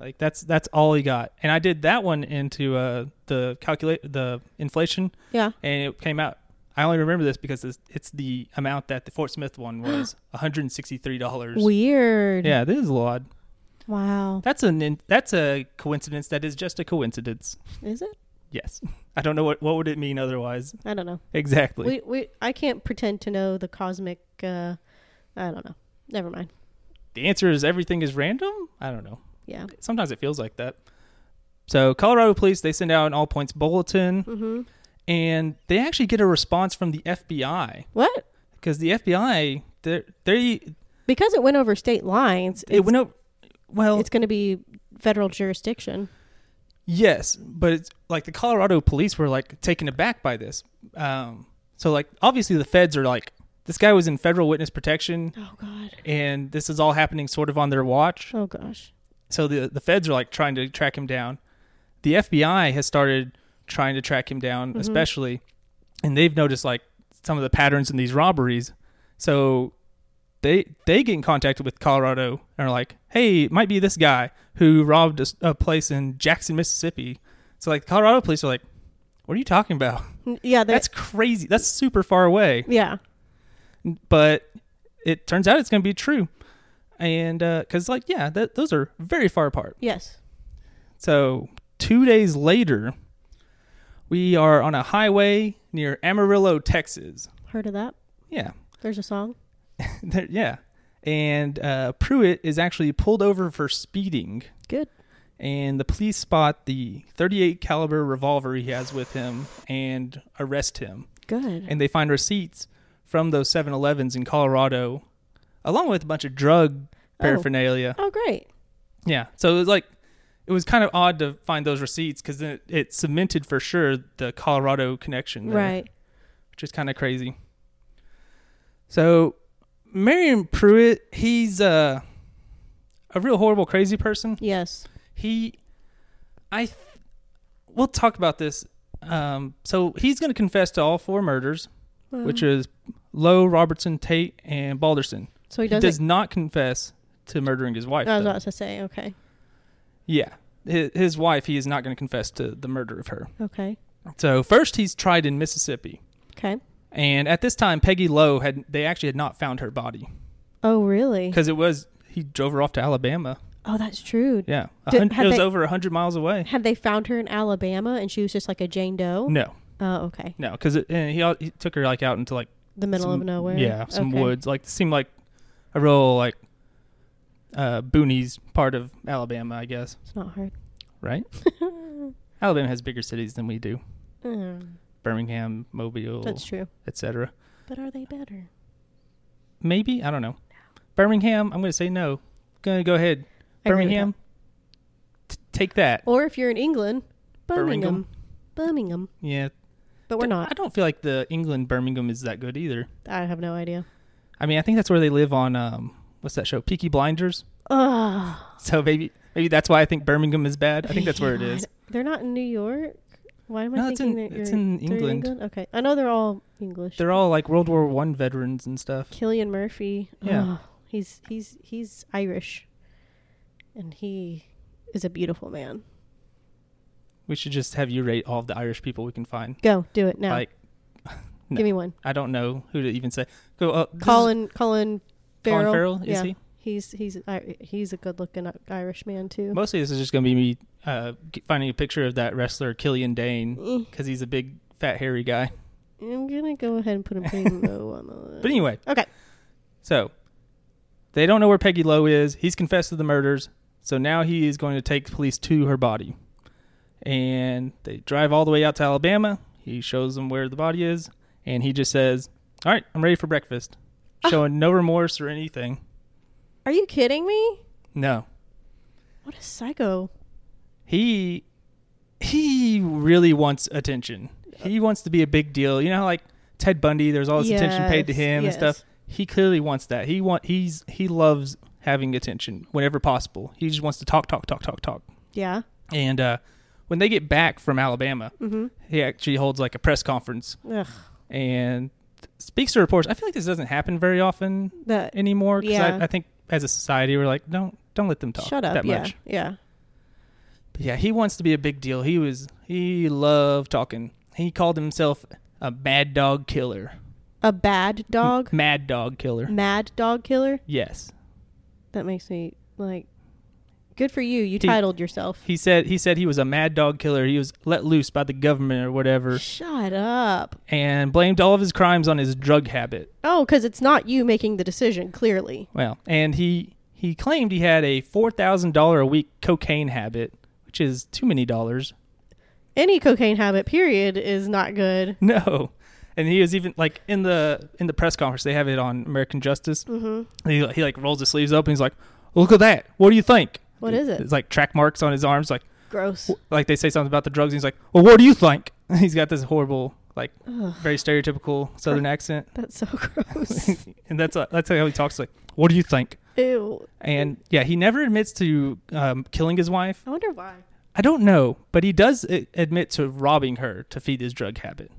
[SPEAKER 2] Like that's that's all he got. And I did that one into uh, the calculate the inflation,
[SPEAKER 1] Yeah.
[SPEAKER 2] and it came out. I only remember this because it's, it's the amount that the Fort
[SPEAKER 1] *gasps*
[SPEAKER 2] Smith one was one hundred and sixty three dollars.
[SPEAKER 1] Weird.
[SPEAKER 2] Yeah, this is a lot.
[SPEAKER 1] Wow.
[SPEAKER 2] That's an in- that's a coincidence. That is just a coincidence.
[SPEAKER 1] Is it?
[SPEAKER 2] Yes, *laughs* I don't know what what would it mean otherwise.
[SPEAKER 1] I don't know.
[SPEAKER 2] Exactly.
[SPEAKER 1] We we I can't pretend to know the cosmic. uh I don't know. Never mind.
[SPEAKER 2] the answer is everything is random? I don't know.
[SPEAKER 1] Yeah.
[SPEAKER 2] Sometimes it feels like that. So, Colorado police, they send out an all points bulletin
[SPEAKER 1] Mm-hmm.
[SPEAKER 2] and they actually get a response from the FBI
[SPEAKER 1] What?
[SPEAKER 2] because the FBI, they're, they,
[SPEAKER 1] Because it went over state lines.
[SPEAKER 2] it went over. Well,
[SPEAKER 1] it's going to be federal jurisdiction.
[SPEAKER 2] yes, but it's like the Colorado police were like taken aback by this. Um, so, like, obviously the feds are like, this guy was in federal witness protection
[SPEAKER 1] Oh God.
[SPEAKER 2] and this is all happening sort of on their watch.
[SPEAKER 1] Oh gosh.
[SPEAKER 2] so the the feds are like trying to track him down. The FBI has started trying to track him down, especially, and they've noticed like some of the patterns in these robberies. So they they get in contact with Colorado and are like, "Hey, it might be this guy who robbed a, s- a place in Jackson, Mississippi." So like, Colorado police are like, "What are you talking about?
[SPEAKER 1] N- Yeah. That's.
[SPEAKER 2] That's crazy. That's super far away."
[SPEAKER 1] Yeah.
[SPEAKER 2] but it turns out it's going to be true, and because like yeah, that, those are very far apart.
[SPEAKER 1] Yes.
[SPEAKER 2] So two days later, we are on a highway near Amarillo, Texas.
[SPEAKER 1] Heard of that?
[SPEAKER 2] Yeah, *laughs*
[SPEAKER 1] There's a song.
[SPEAKER 2] There- yeah. And uh, Pruitt is actually pulled over for speeding,
[SPEAKER 1] Good.
[SPEAKER 2] and the police spot the 38 caliber revolver he has with him and arrest him
[SPEAKER 1] Good.
[SPEAKER 2] and they find receipts from those 7-elevens in colorado along with a bunch of drug
[SPEAKER 1] Oh.
[SPEAKER 2] paraphernalia
[SPEAKER 1] Oh, great.
[SPEAKER 2] yeah so it was like it was kind of odd to find those receipts because it, it cemented for sure the colorado connection there,
[SPEAKER 1] Right.
[SPEAKER 2] which is kind of crazy so marion pruitt he's uh, a real horrible crazy person
[SPEAKER 1] Yes.
[SPEAKER 2] he i th- we'll talk about this um so he's going to confess to all four murders
[SPEAKER 1] Wow.
[SPEAKER 2] which is lowe robertson tate and balderson
[SPEAKER 1] so he
[SPEAKER 2] he
[SPEAKER 1] doesn't.
[SPEAKER 2] does not confess to murdering his wife
[SPEAKER 1] I was
[SPEAKER 2] though.
[SPEAKER 1] about to say. Okay.
[SPEAKER 2] yeah his, his wife he is not going to confess to the murder of her
[SPEAKER 1] Okay.
[SPEAKER 2] so first he's tried in mississippi
[SPEAKER 1] Okay.
[SPEAKER 2] and at this time peggy lowe had they actually had not found her body
[SPEAKER 1] Oh, really?
[SPEAKER 2] because it was he drove her off to alabama
[SPEAKER 1] Oh, that's true.
[SPEAKER 2] yeah a
[SPEAKER 1] Did-
[SPEAKER 2] hun-
[SPEAKER 1] had
[SPEAKER 2] it was
[SPEAKER 1] they-
[SPEAKER 2] over 100 miles away
[SPEAKER 1] Had they found her in Alabama and she was just like a Jane Doe?
[SPEAKER 2] no
[SPEAKER 1] Oh, okay.
[SPEAKER 2] no because he, al- he took her like out into like
[SPEAKER 1] The middle
[SPEAKER 2] some-
[SPEAKER 1] of nowhere.
[SPEAKER 2] Yeah, some
[SPEAKER 1] Okay.
[SPEAKER 2] woods. Like seemed like a real like uh boonies part of Alabama, I guess.
[SPEAKER 1] It's not hard. *laughs*
[SPEAKER 2] Right? Alabama has bigger cities than we do.
[SPEAKER 1] Mm,
[SPEAKER 2] Birmingham, Mobile,
[SPEAKER 1] that's true.
[SPEAKER 2] etc.
[SPEAKER 1] But are they better?
[SPEAKER 2] Maybe, I don't know. Birmingham, I'm going to say no. Going to go ahead.
[SPEAKER 1] I agree with
[SPEAKER 2] Birmingham. T- take that.
[SPEAKER 1] Or if you're in England, Birmingham.
[SPEAKER 2] Birmingham.
[SPEAKER 1] Birmingham.
[SPEAKER 2] Yeah.
[SPEAKER 1] But we're
[SPEAKER 2] D- I
[SPEAKER 1] not.
[SPEAKER 2] don't feel like the England Birmingham is that good either.
[SPEAKER 1] I have no idea.
[SPEAKER 2] I mean, I think that's where they live on um what's that show? Peaky Blinders.
[SPEAKER 1] Ugh.
[SPEAKER 2] So maybe maybe that's why I think Birmingham is bad. I think that's where it
[SPEAKER 1] God. *laughs*
[SPEAKER 2] is.
[SPEAKER 1] They're not in New York. Why am I
[SPEAKER 2] No, it's
[SPEAKER 1] thinking
[SPEAKER 2] in-
[SPEAKER 1] that
[SPEAKER 2] it's
[SPEAKER 1] you're-
[SPEAKER 2] in
[SPEAKER 1] they're in
[SPEAKER 2] England.
[SPEAKER 1] Okay, I know they're all English.
[SPEAKER 2] They're all like World War One veterans and stuff.
[SPEAKER 1] Killian Murphy.
[SPEAKER 2] Yeah.
[SPEAKER 1] Ugh. he's he's he's Irish, and he is a beautiful man.
[SPEAKER 2] We should just have you rate all of the Irish people we can find.
[SPEAKER 1] Go do it now.
[SPEAKER 2] Like no.
[SPEAKER 1] Give me one.
[SPEAKER 2] I don't know who to even say. Go uh, this is-
[SPEAKER 1] Colin Colin
[SPEAKER 2] Colin
[SPEAKER 1] Farrell.
[SPEAKER 2] Farrell, is
[SPEAKER 1] yeah.
[SPEAKER 2] he?
[SPEAKER 1] He's he's I- he's a good looking uh, Irish man too.
[SPEAKER 2] Mostly, this is just gonna be me uh, g- finding a picture of that wrestler Killian Dane
[SPEAKER 1] Eh,
[SPEAKER 2] because he's a big fat hairy guy.
[SPEAKER 1] I'm gonna go ahead and put him pretty
[SPEAKER 2] *laughs*
[SPEAKER 1] low on the list.
[SPEAKER 2] But anyway,
[SPEAKER 1] Okay.
[SPEAKER 2] so they don't know where Peggy Lowe is. He's confessed to the murders, so now he is going to take police to her body, and they drive all the way out to Alabama. He shows them where the body is, and he just says, "All right, I'm ready for breakfast,"
[SPEAKER 1] Ah.
[SPEAKER 2] showing no remorse or anything.
[SPEAKER 1] Are you kidding me?
[SPEAKER 2] No,
[SPEAKER 1] What a psycho!
[SPEAKER 2] he he really wants attention. He wants to be a big deal. You know, how, like Ted Bundy. There's all this attention paid to
[SPEAKER 1] Yes,
[SPEAKER 2] him
[SPEAKER 1] yes.
[SPEAKER 2] and stuff. He clearly wants that. He want he's he loves having attention whenever possible. He just wants to talk, talk, talk, talk, talk.
[SPEAKER 1] Yeah.
[SPEAKER 2] And uh, when they get back from Alabama,
[SPEAKER 1] Mm-hmm.
[SPEAKER 2] he actually holds like a press conference
[SPEAKER 1] Ugh.
[SPEAKER 2] and speaks to reporters. I feel like this doesn't happen very often
[SPEAKER 1] That.
[SPEAKER 2] anymore. 'cause
[SPEAKER 1] Yeah.
[SPEAKER 2] I, I think as a society, we're like, don't don't let them talk
[SPEAKER 1] Shut up.
[SPEAKER 2] that
[SPEAKER 1] yeah.
[SPEAKER 2] much.
[SPEAKER 1] Yeah.
[SPEAKER 2] But yeah, he wants to be a big deal. He was he loved talking. He called himself a mad dog killer.
[SPEAKER 1] A bad dog.
[SPEAKER 2] Mad dog killer.
[SPEAKER 1] Mad dog killer.
[SPEAKER 2] Yes.
[SPEAKER 1] That makes me like. Good for you. You
[SPEAKER 2] He-
[SPEAKER 1] titled yourself.
[SPEAKER 2] He said he said he was a mad dog killer. He was let loose by the government or whatever
[SPEAKER 1] Shut up.
[SPEAKER 2] and blamed all of his crimes on his drug habit.
[SPEAKER 1] Oh, because it's not you making the decision. Clearly.
[SPEAKER 2] Well, and he he claimed he had a $4,000 a week cocaine habit, which is too many dollars. *laughs*
[SPEAKER 1] Any cocaine habit, period, is not good.
[SPEAKER 2] No. And he was even like in the in the press conference they have it on American Justice.
[SPEAKER 1] Mm-hmm.
[SPEAKER 2] And he, he like rolls his sleeves up and he's like, "Look at that! What do you think?"
[SPEAKER 1] What is it?
[SPEAKER 2] It's like track marks on his arms. Like
[SPEAKER 1] Gross.
[SPEAKER 2] w- like they say something about the drugs. And he's like, "Well, what do you think?" *laughs* he's got this horrible, like
[SPEAKER 1] Ugh,
[SPEAKER 2] very stereotypical Southern accent,
[SPEAKER 1] that's so *laughs* gross.
[SPEAKER 2] *laughs* and that's uh, that's how he talks. Like, "What do you think?"
[SPEAKER 1] Ew.
[SPEAKER 2] And yeah, he never admits to um, killing his wife.
[SPEAKER 1] I wonder why.
[SPEAKER 2] I don't know, but he does a- admit to robbing her to feed his drug habit,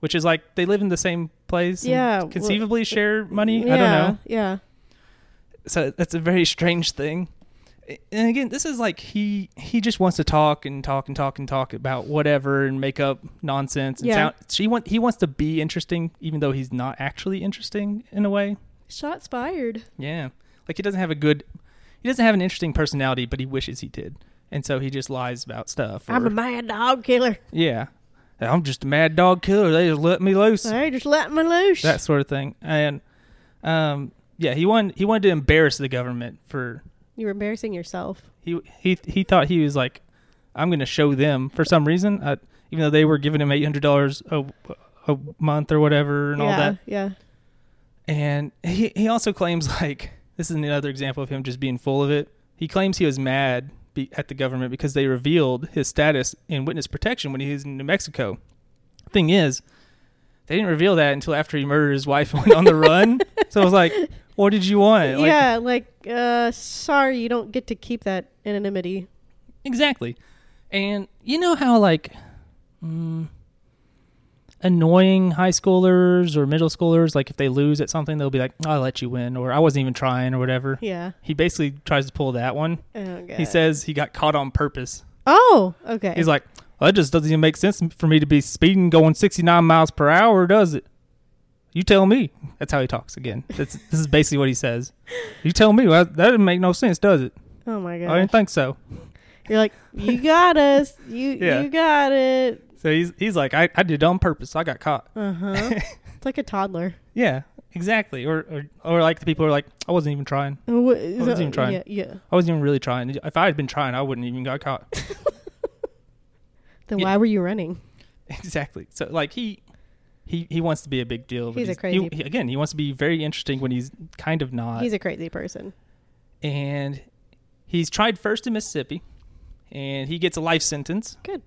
[SPEAKER 2] which is like they live in the same place. and
[SPEAKER 1] Yeah, well,
[SPEAKER 2] conceivably share money.
[SPEAKER 1] Yeah.
[SPEAKER 2] I don't know.
[SPEAKER 1] Yeah.
[SPEAKER 2] so that's a very strange thing and again this is like he he just wants to talk and talk and talk and talk about whatever and make up nonsense and
[SPEAKER 1] Yeah.
[SPEAKER 2] sound she want he wants to be interesting even though he's not actually interesting in a way
[SPEAKER 1] Shots fired.
[SPEAKER 2] yeah like he doesn't have a good he doesn't have an interesting personality but he wishes he did and so he just lies about stuff
[SPEAKER 1] I'm
[SPEAKER 2] or-
[SPEAKER 1] a mad dog killer.
[SPEAKER 2] yeah i'm just a mad dog killer they just let me loose
[SPEAKER 1] They just let me loose.
[SPEAKER 2] that sort of thing. And um, yeah, he wanted he wanted to embarrass the government for
[SPEAKER 1] You're embarrassing yourself.
[SPEAKER 2] He he he thought he was like, I'm gonna show them for some reason. I, even though they were giving him eight hundred dollars a a month or whatever and
[SPEAKER 1] yeah,
[SPEAKER 2] all that.
[SPEAKER 1] Yeah.
[SPEAKER 2] And he he also claims like this is another example of him just being full of it. He claims he was mad be, at the government because they revealed his status in witness protection when he was in New Mexico. Thing is, they didn't reveal that until after he murdered his wife and went on the run. So I was like, what did you want? Like,
[SPEAKER 1] yeah, like uh sorry you don't get to keep that anonymity.
[SPEAKER 2] Exactly. And you know how like mm, annoying high schoolers or middle schoolers, like if they lose at something, they'll be like, "I'll let you win," or "I wasn't even trying," or whatever.
[SPEAKER 1] Yeah.
[SPEAKER 2] He basically tries to pull that one.
[SPEAKER 1] Oh god.
[SPEAKER 2] He says he got caught on purpose.
[SPEAKER 1] Oh, okay.
[SPEAKER 2] He's like, well, "That just doesn't even make sense for me to be speeding going 69 miles per hour, does it?" You tell me. That's how he talks again. That's, this is basically what he says. You tell me. Well, that doesn't make no sense, does it?
[SPEAKER 1] oh my
[SPEAKER 2] I
[SPEAKER 1] god.
[SPEAKER 2] didn't think so.
[SPEAKER 1] You're like, You got us. You
[SPEAKER 2] *laughs* Yeah.
[SPEAKER 1] you got it.
[SPEAKER 2] So he's he's like, I, I did it on purpose. I got caught.
[SPEAKER 1] Uh
[SPEAKER 2] *laughs*
[SPEAKER 1] huh. it's like a toddler.
[SPEAKER 2] Yeah, exactly. Or, or or like the people who are like, I wasn't even trying.
[SPEAKER 1] Uh, wha- is
[SPEAKER 2] wasn't
[SPEAKER 1] that-
[SPEAKER 2] even trying.
[SPEAKER 1] Yeah,
[SPEAKER 2] *laughs*
[SPEAKER 1] yeah.
[SPEAKER 2] I wasn't even really trying. If I had been trying, I wouldn't even got caught.
[SPEAKER 1] Then
[SPEAKER 2] Yeah.
[SPEAKER 1] why were you running?
[SPEAKER 2] exactly. So like he he he wants to be a big deal. but
[SPEAKER 1] He's a
[SPEAKER 2] he-
[SPEAKER 1] crazy-
[SPEAKER 2] he- again, he wants to be very interesting when he's kind of not.
[SPEAKER 1] He's a crazy person.
[SPEAKER 2] and he's tried first in Mississippi, and he gets a life sentence.
[SPEAKER 1] Good.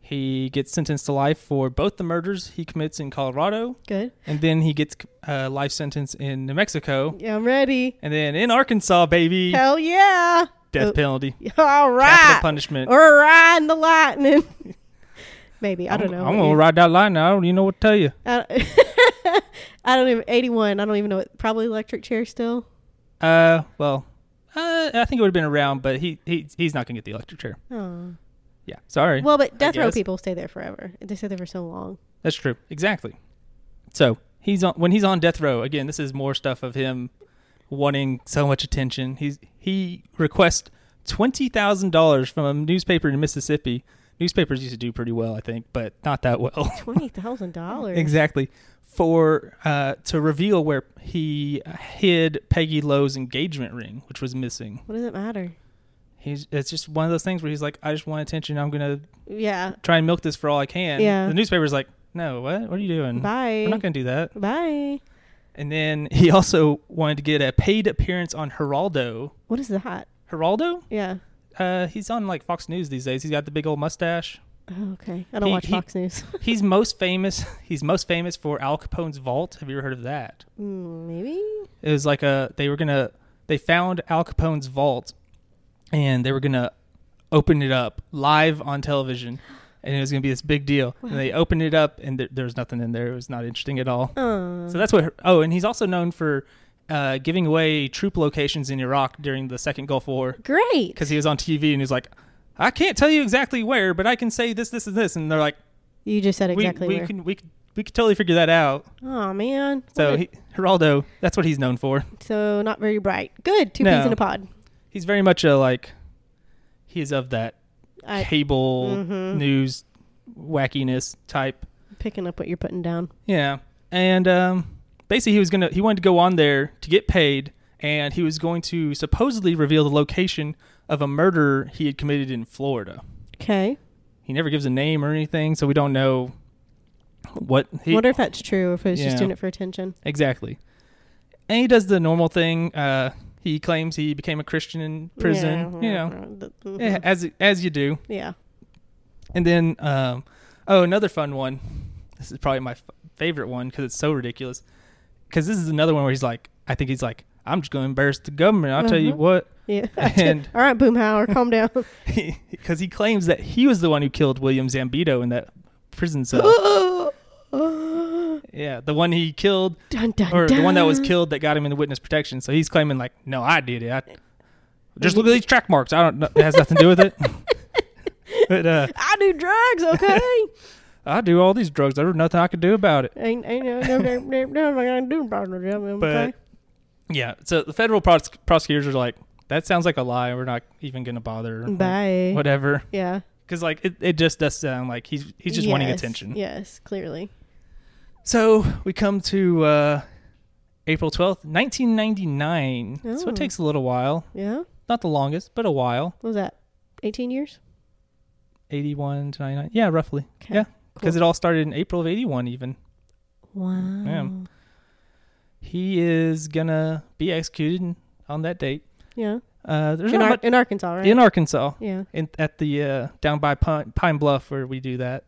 [SPEAKER 2] He gets sentenced to life for both the murders he commits in Colorado,
[SPEAKER 1] Good.
[SPEAKER 2] and then he gets uh, a life sentence in New Mexico,
[SPEAKER 1] Yeah, I'm ready.
[SPEAKER 2] and then in Arkansas, baby,
[SPEAKER 1] Hell yeah. *laughs*
[SPEAKER 2] death
[SPEAKER 1] Oh,
[SPEAKER 2] penalty.
[SPEAKER 1] All
[SPEAKER 2] Capital
[SPEAKER 1] right.
[SPEAKER 2] punishment.
[SPEAKER 1] Or riding the lightning.
[SPEAKER 2] *laughs*
[SPEAKER 1] Maybe. I don't
[SPEAKER 2] I'm-
[SPEAKER 1] know.
[SPEAKER 2] I'm gonna ride that line. now. I don't even know what to tell you.
[SPEAKER 1] I, I don't *laughs* even 81. I don't even know what probably electric chair still.
[SPEAKER 2] Uh, well, uh, I think it would have been around, but he, he he's not gonna get the electric chair.
[SPEAKER 1] Oh.
[SPEAKER 2] Yeah, sorry.
[SPEAKER 1] Well, but death row
[SPEAKER 2] guess.
[SPEAKER 1] people stay there forever. They stay there for so long.
[SPEAKER 2] That's true. Exactly. So he's on when he's on death row again. This is more stuff of him wanting so much attention. He's he requests twenty thousand dollars from a newspaper in Mississippi. Newspapers used to do pretty well, I think, but not that well. *laughs*
[SPEAKER 1] $20,000.
[SPEAKER 2] exactly for uh, to reveal where he hid Peggy Lowe's engagement ring, which was missing.
[SPEAKER 1] What does it matter?
[SPEAKER 2] He's it's just one of those things where he's like, I just want attention. I'm gonna
[SPEAKER 1] Yeah.
[SPEAKER 2] try and milk this for all I can.
[SPEAKER 1] Yeah.
[SPEAKER 2] The newspaper's like, No, what? What are you doing?
[SPEAKER 1] Bye.
[SPEAKER 2] We're not gonna do that.
[SPEAKER 1] Bye.
[SPEAKER 2] And then he also wanted to get a paid appearance on Geraldo.
[SPEAKER 1] What is that?
[SPEAKER 2] Geraldo?
[SPEAKER 1] Yeah.
[SPEAKER 2] Uh, he's on like Fox News these days. He's got the big old mustache.
[SPEAKER 1] Oh, okay. I don't
[SPEAKER 2] He-
[SPEAKER 1] watch
[SPEAKER 2] he-
[SPEAKER 1] Fox News. *laughs*
[SPEAKER 2] He's most famous. *laughs* He's most famous for Al Capone's vault. Have you ever heard of that?
[SPEAKER 1] Mm, Maybe?
[SPEAKER 2] It was like a they were gonna they found Al Capone's vault, and they were gonna open it up live on television, and it was gonna be this big deal. And they opened it up, and there, there was nothing in there. It was not interesting at all.
[SPEAKER 1] Oh.
[SPEAKER 2] So that's what. Oh, and he's also known for uh, giving away troop locations in Iraq during the Second Gulf War
[SPEAKER 1] Great.
[SPEAKER 2] because he was on TV and he's like, I can't tell you exactly where, but I can say this, this, and this, and they're like,
[SPEAKER 1] You just said exactly
[SPEAKER 2] we, we
[SPEAKER 1] where.
[SPEAKER 2] can we can, we can totally figure that out.
[SPEAKER 1] oh, man. What
[SPEAKER 2] So
[SPEAKER 1] a-
[SPEAKER 2] he, Geraldo, that's what he's known for.
[SPEAKER 1] so not very bright. Good. Two
[SPEAKER 2] No.
[SPEAKER 1] peas in a pod.
[SPEAKER 2] He's very much a like, he's of that
[SPEAKER 1] I,
[SPEAKER 2] cable
[SPEAKER 1] Mhm.
[SPEAKER 2] news wackiness type.
[SPEAKER 1] picking up what you're putting down.
[SPEAKER 2] Yeah, and um, basically he was gonna he wanted to go on there to get paid, and he was going to supposedly reveal the location of a murder he had committed in Florida.
[SPEAKER 1] Okay.
[SPEAKER 2] He never gives a name or anything, so we don't know what he
[SPEAKER 1] Wonder if that's true or if it's
[SPEAKER 2] Yeah.
[SPEAKER 1] just doing it for attention.
[SPEAKER 2] exactly. And he does the normal thing. Uh, he claims he became a Christian in prison. You know, Eh,
[SPEAKER 1] know.
[SPEAKER 2] yeah, as as you do.
[SPEAKER 1] Mm-hmm. Yeah.
[SPEAKER 2] And then, um, oh, another fun one. This is probably my f- favorite one because it's so ridiculous. Because this is another one where he's like, I think he's like, I'm just going to embarrass the government. I'll tell you
[SPEAKER 1] Mhm.
[SPEAKER 2] what. *laughs*
[SPEAKER 1] *laughs* Yeah.
[SPEAKER 2] eh, And-
[SPEAKER 1] All right, Boomhauer, calm down.
[SPEAKER 2] Because he claims that he was the one who killed William Zambito in that
[SPEAKER 1] *gasps*
[SPEAKER 2] prison cell.
[SPEAKER 1] dun,
[SPEAKER 2] yeah, the one he killed,
[SPEAKER 1] dun,
[SPEAKER 2] or the one that was
[SPEAKER 1] dun.
[SPEAKER 2] killed that got him into witness protection. So he's claiming, like, no, I did it. I, just look at these track marks. I don't know. It has nothing to do with it. *laughs* but uh,
[SPEAKER 1] I do
[SPEAKER 2] *laughs*
[SPEAKER 1] drugs, okay?
[SPEAKER 2] I do all these drugs. There's nothing I could do about it.
[SPEAKER 1] ain't ain't no no no no no I'm gonna do drugs, okay?
[SPEAKER 2] But yeah, so the federal pros- prosecutors are like, that sounds like a lie. We're not even going to bother. or
[SPEAKER 1] Bye.
[SPEAKER 2] Whatever.
[SPEAKER 1] Yeah.
[SPEAKER 2] Because, like, it, it just does sound like he's he's just wanting
[SPEAKER 1] Yes.
[SPEAKER 2] attention.
[SPEAKER 1] Yes, clearly.
[SPEAKER 2] So we come to uh, April 12th, 1999. So
[SPEAKER 1] Oh.
[SPEAKER 2] it takes a little while.
[SPEAKER 1] Yeah.
[SPEAKER 2] Not the longest, but a while.
[SPEAKER 1] What was that? 18 years?
[SPEAKER 2] 81 to 99. Yeah, roughly.
[SPEAKER 1] 'Kay.
[SPEAKER 2] Yeah. Because it all started in April of 81, even.
[SPEAKER 1] Wow.
[SPEAKER 2] Ma'am. He is going to be executed on that date.
[SPEAKER 1] Yeah.
[SPEAKER 2] Uh, there's
[SPEAKER 1] In,
[SPEAKER 2] not
[SPEAKER 1] Ar-
[SPEAKER 2] much,
[SPEAKER 1] in Arkansas, right?
[SPEAKER 2] in Arkansas,
[SPEAKER 1] yeah.
[SPEAKER 2] in, at the uh, down by Pine, Pine Bluff where we do that,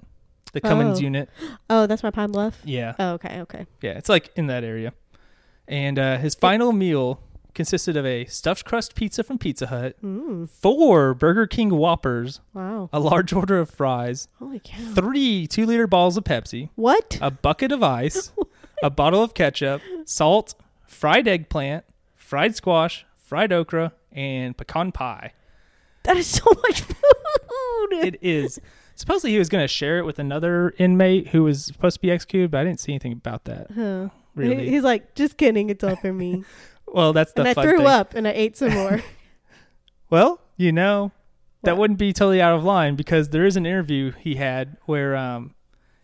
[SPEAKER 2] the Cummins
[SPEAKER 1] Oh.
[SPEAKER 2] unit.
[SPEAKER 1] Oh, that's my Pine Bluff?
[SPEAKER 2] Yeah.
[SPEAKER 1] Oh, okay. Okay.
[SPEAKER 2] Yeah, it's like in that area. And uh, his final meal consisted of a stuffed crust pizza from Pizza Hut,
[SPEAKER 1] Mm.
[SPEAKER 2] four Burger King Whoppers,
[SPEAKER 1] Wow.
[SPEAKER 2] a large *laughs* order of fries,
[SPEAKER 1] Holy cow.
[SPEAKER 2] three two liter balls of Pepsi,
[SPEAKER 1] What? *laughs*
[SPEAKER 2] a bucket of ice, a bottle of ketchup, salt, fried eggplant, fried squash, fried okra, and pecan pie.
[SPEAKER 1] That is so much food.
[SPEAKER 2] It is. Supposedly he was going to share it with another inmate who was supposed to be executed, but I didn't see anything about that.
[SPEAKER 1] *laughs* Huh.
[SPEAKER 2] Really?
[SPEAKER 1] He- He's like, just kidding. It's all for
[SPEAKER 2] *laughs*
[SPEAKER 1] me.
[SPEAKER 2] Well, that's the
[SPEAKER 1] and I
[SPEAKER 2] fun
[SPEAKER 1] threw
[SPEAKER 2] thing.
[SPEAKER 1] up and I ate some
[SPEAKER 2] *laughs*
[SPEAKER 1] more.
[SPEAKER 2] Well, you know, that
[SPEAKER 1] What?
[SPEAKER 2] wouldn't be totally out of line because there is an interview he had where um,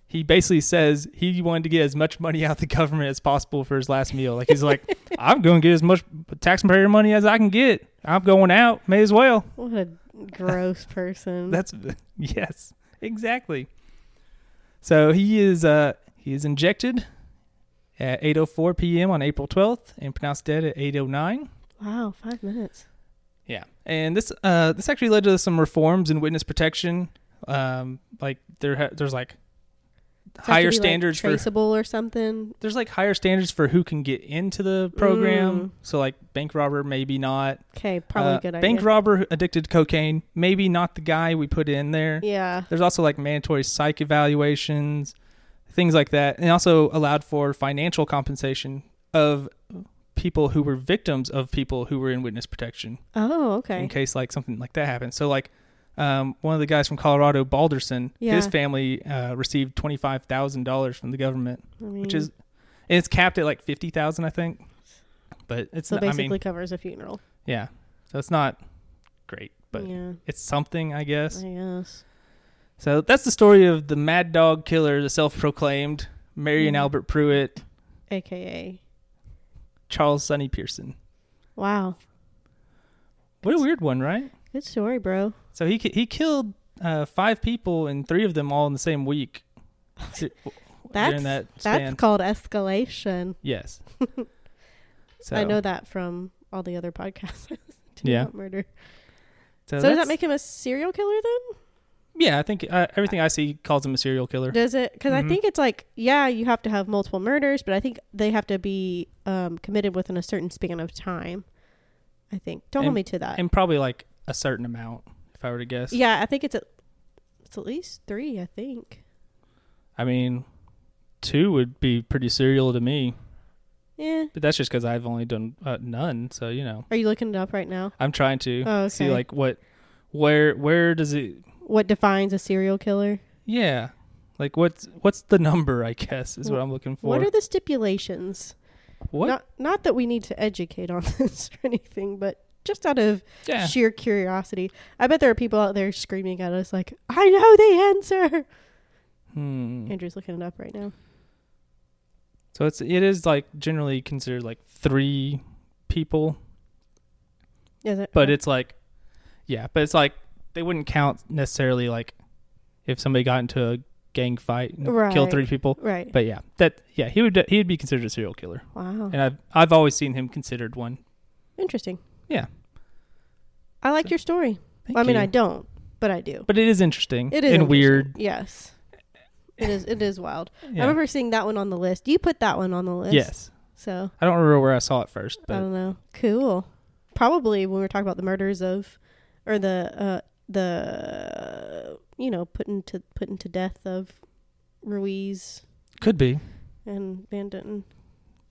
[SPEAKER 2] he basically says he wanted to get as much money out of the government as possible for his last meal. Like
[SPEAKER 1] *laughs*
[SPEAKER 2] he's like, I'm going to get as much taxpayer money as I can get. I'm going out. May as well.
[SPEAKER 1] what a gross person.
[SPEAKER 2] That's *laughs* yes, exactly. So he is uh, he is injected at 8:04 p.m. on April 12th and pronounced dead at 8:09.
[SPEAKER 1] wow. Five minutes.
[SPEAKER 2] Yeah, and this uh, this actually led to some reforms in witness protection. Um, like there ha- there's like
[SPEAKER 1] Does that have to
[SPEAKER 2] higher
[SPEAKER 1] be, like,
[SPEAKER 2] standards for
[SPEAKER 1] traceable or something.
[SPEAKER 2] there's like higher standards for who can get into the program.
[SPEAKER 1] Mm.
[SPEAKER 2] So like bank robber maybe not
[SPEAKER 1] Okay. Probably
[SPEAKER 2] Uh,
[SPEAKER 1] a good idea.
[SPEAKER 2] Bank robber who- addicted to cocaine maybe not the guy we put in there.
[SPEAKER 1] Yeah.
[SPEAKER 2] There's also like mandatory psych evaluations, things like that, and also allowed for financial compensation of people who were victims of people who were in witness protection
[SPEAKER 1] Oh, okay.
[SPEAKER 2] in case like something like that happens. So like um, one of the guys from Colorado, Balderson, his
[SPEAKER 1] Yeah.
[SPEAKER 2] family uh, received twenty five thousand dollars from the government,
[SPEAKER 1] I mean,
[SPEAKER 2] which is and it's capped at like fifty thousand, I think. But it's
[SPEAKER 1] so
[SPEAKER 2] not, I
[SPEAKER 1] basically
[SPEAKER 2] mean,
[SPEAKER 1] covers a funeral.
[SPEAKER 2] yeah, so it's not great, but
[SPEAKER 1] yeah,
[SPEAKER 2] it's something, I guess.
[SPEAKER 1] I guess.
[SPEAKER 2] So that's the story of the Mad Dog Killer, the self proclaimed Marion
[SPEAKER 1] Mhm.
[SPEAKER 2] Albert Pruitt,
[SPEAKER 1] AKA.
[SPEAKER 2] Charles Sonny Pearson.
[SPEAKER 1] Wow.
[SPEAKER 2] What a weird one, right?
[SPEAKER 1] Good story, bro.
[SPEAKER 2] So he ki- he killed uh, five people and three of them all in the same week. That's
[SPEAKER 1] That's
[SPEAKER 2] that
[SPEAKER 1] that's
[SPEAKER 2] span.
[SPEAKER 1] called escalation. *laughs*
[SPEAKER 2] yes. So,
[SPEAKER 1] I know that from all the other podcasts. *laughs* I listen to
[SPEAKER 2] Yeah.
[SPEAKER 1] about Murder. So,
[SPEAKER 2] So,
[SPEAKER 1] does
[SPEAKER 2] that's-
[SPEAKER 1] that make him a serial killer then?
[SPEAKER 2] Yeah, I think uh, everything I see calls him a serial killer.
[SPEAKER 1] Does it? Because
[SPEAKER 2] Mhm.
[SPEAKER 1] I think it's like, yeah, you have to have multiple murders, but I think they have to be um, committed within a certain span of time. I think. Don't
[SPEAKER 2] And-
[SPEAKER 1] hold me to that.
[SPEAKER 2] And probably like a certain amount, if I were to guess.
[SPEAKER 1] yeah, I think it's at it's at least three. I think.
[SPEAKER 2] I mean, two would be pretty serial to me,
[SPEAKER 1] Yeah.
[SPEAKER 2] but that's just because I've only done uh, none. So you know,
[SPEAKER 1] Are you looking it up right now?
[SPEAKER 2] I'm trying to
[SPEAKER 1] Oh,
[SPEAKER 2] see
[SPEAKER 1] okay.
[SPEAKER 2] like what, where, where does it?
[SPEAKER 1] What defines a serial killer?
[SPEAKER 2] Yeah, like what's what's the number? I guess is what I'm looking for.
[SPEAKER 1] What are the stipulations?
[SPEAKER 2] What?
[SPEAKER 1] Not, not that we need to educate on *laughs* this or anything, but just out of
[SPEAKER 2] yeah.
[SPEAKER 1] sheer curiosity. I bet there are people out there screaming at us like, "I know the answer."
[SPEAKER 2] Hmm.
[SPEAKER 1] Andrew's looking it up right now.
[SPEAKER 2] So it's it is like generally considered like three people,
[SPEAKER 1] Is it?
[SPEAKER 2] but it's like yeah, but it's like they wouldn't count necessarily like if somebody got into a gang fight and killed
[SPEAKER 1] Right.
[SPEAKER 2] three people.
[SPEAKER 1] right.
[SPEAKER 2] But yeah, that yeah, he would he would be considered a serial killer.
[SPEAKER 1] wow,
[SPEAKER 2] And I've I've always seen him considered one.
[SPEAKER 1] interesting.
[SPEAKER 2] Yeah.
[SPEAKER 1] I like
[SPEAKER 2] So-
[SPEAKER 1] your story.
[SPEAKER 2] Thank
[SPEAKER 1] I mean,
[SPEAKER 2] you.
[SPEAKER 1] I don't, but I do.
[SPEAKER 2] But it is interesting.
[SPEAKER 1] It is
[SPEAKER 2] and
[SPEAKER 1] interesting.
[SPEAKER 2] weird.
[SPEAKER 1] Yes, it is. It is wild.
[SPEAKER 2] Yeah.
[SPEAKER 1] I remember seeing that one on the list. You put that one on the list.
[SPEAKER 2] yes.
[SPEAKER 1] So
[SPEAKER 2] I don't remember where I saw it first,
[SPEAKER 1] I
[SPEAKER 2] but
[SPEAKER 1] don't know. Oh, Cool. Probably when we were talking about the murders of, or the uh, the you know putting to putting to death of Ruiz
[SPEAKER 2] could be.
[SPEAKER 1] and Van Denton.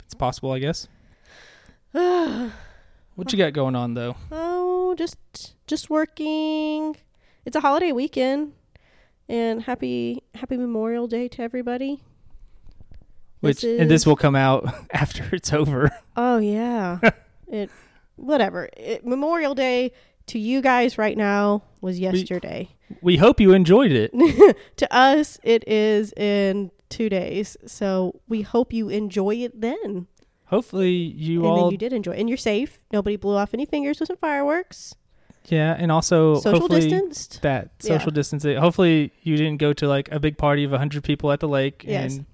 [SPEAKER 2] It's possible, I guess. What you got going on though?
[SPEAKER 1] *sighs* oh, just just working. It's a holiday weekend, and happy happy Memorial Day to everybody.
[SPEAKER 2] Which
[SPEAKER 1] This
[SPEAKER 2] and this
[SPEAKER 1] is-
[SPEAKER 2] will come out *laughs* after it's over.
[SPEAKER 1] Oh
[SPEAKER 2] *laughs*
[SPEAKER 1] yeah. it whatever. It, Memorial Day to you guys right now was yesterday.
[SPEAKER 2] We hope you enjoyed it.
[SPEAKER 1] *laughs* to us it is in 2 days. So we hope you enjoy it then.
[SPEAKER 2] hopefully you
[SPEAKER 1] and
[SPEAKER 2] all
[SPEAKER 1] then you did enjoy, and you're safe. Nobody blew off any fingers with some fireworks.
[SPEAKER 2] yeah, and also
[SPEAKER 1] Social
[SPEAKER 2] hopefully
[SPEAKER 1] distanced.
[SPEAKER 2] that
[SPEAKER 1] Yeah.
[SPEAKER 2] social distancing. Hopefully you didn't go to like a big party of 100 people at the lake
[SPEAKER 1] Yes.
[SPEAKER 2] and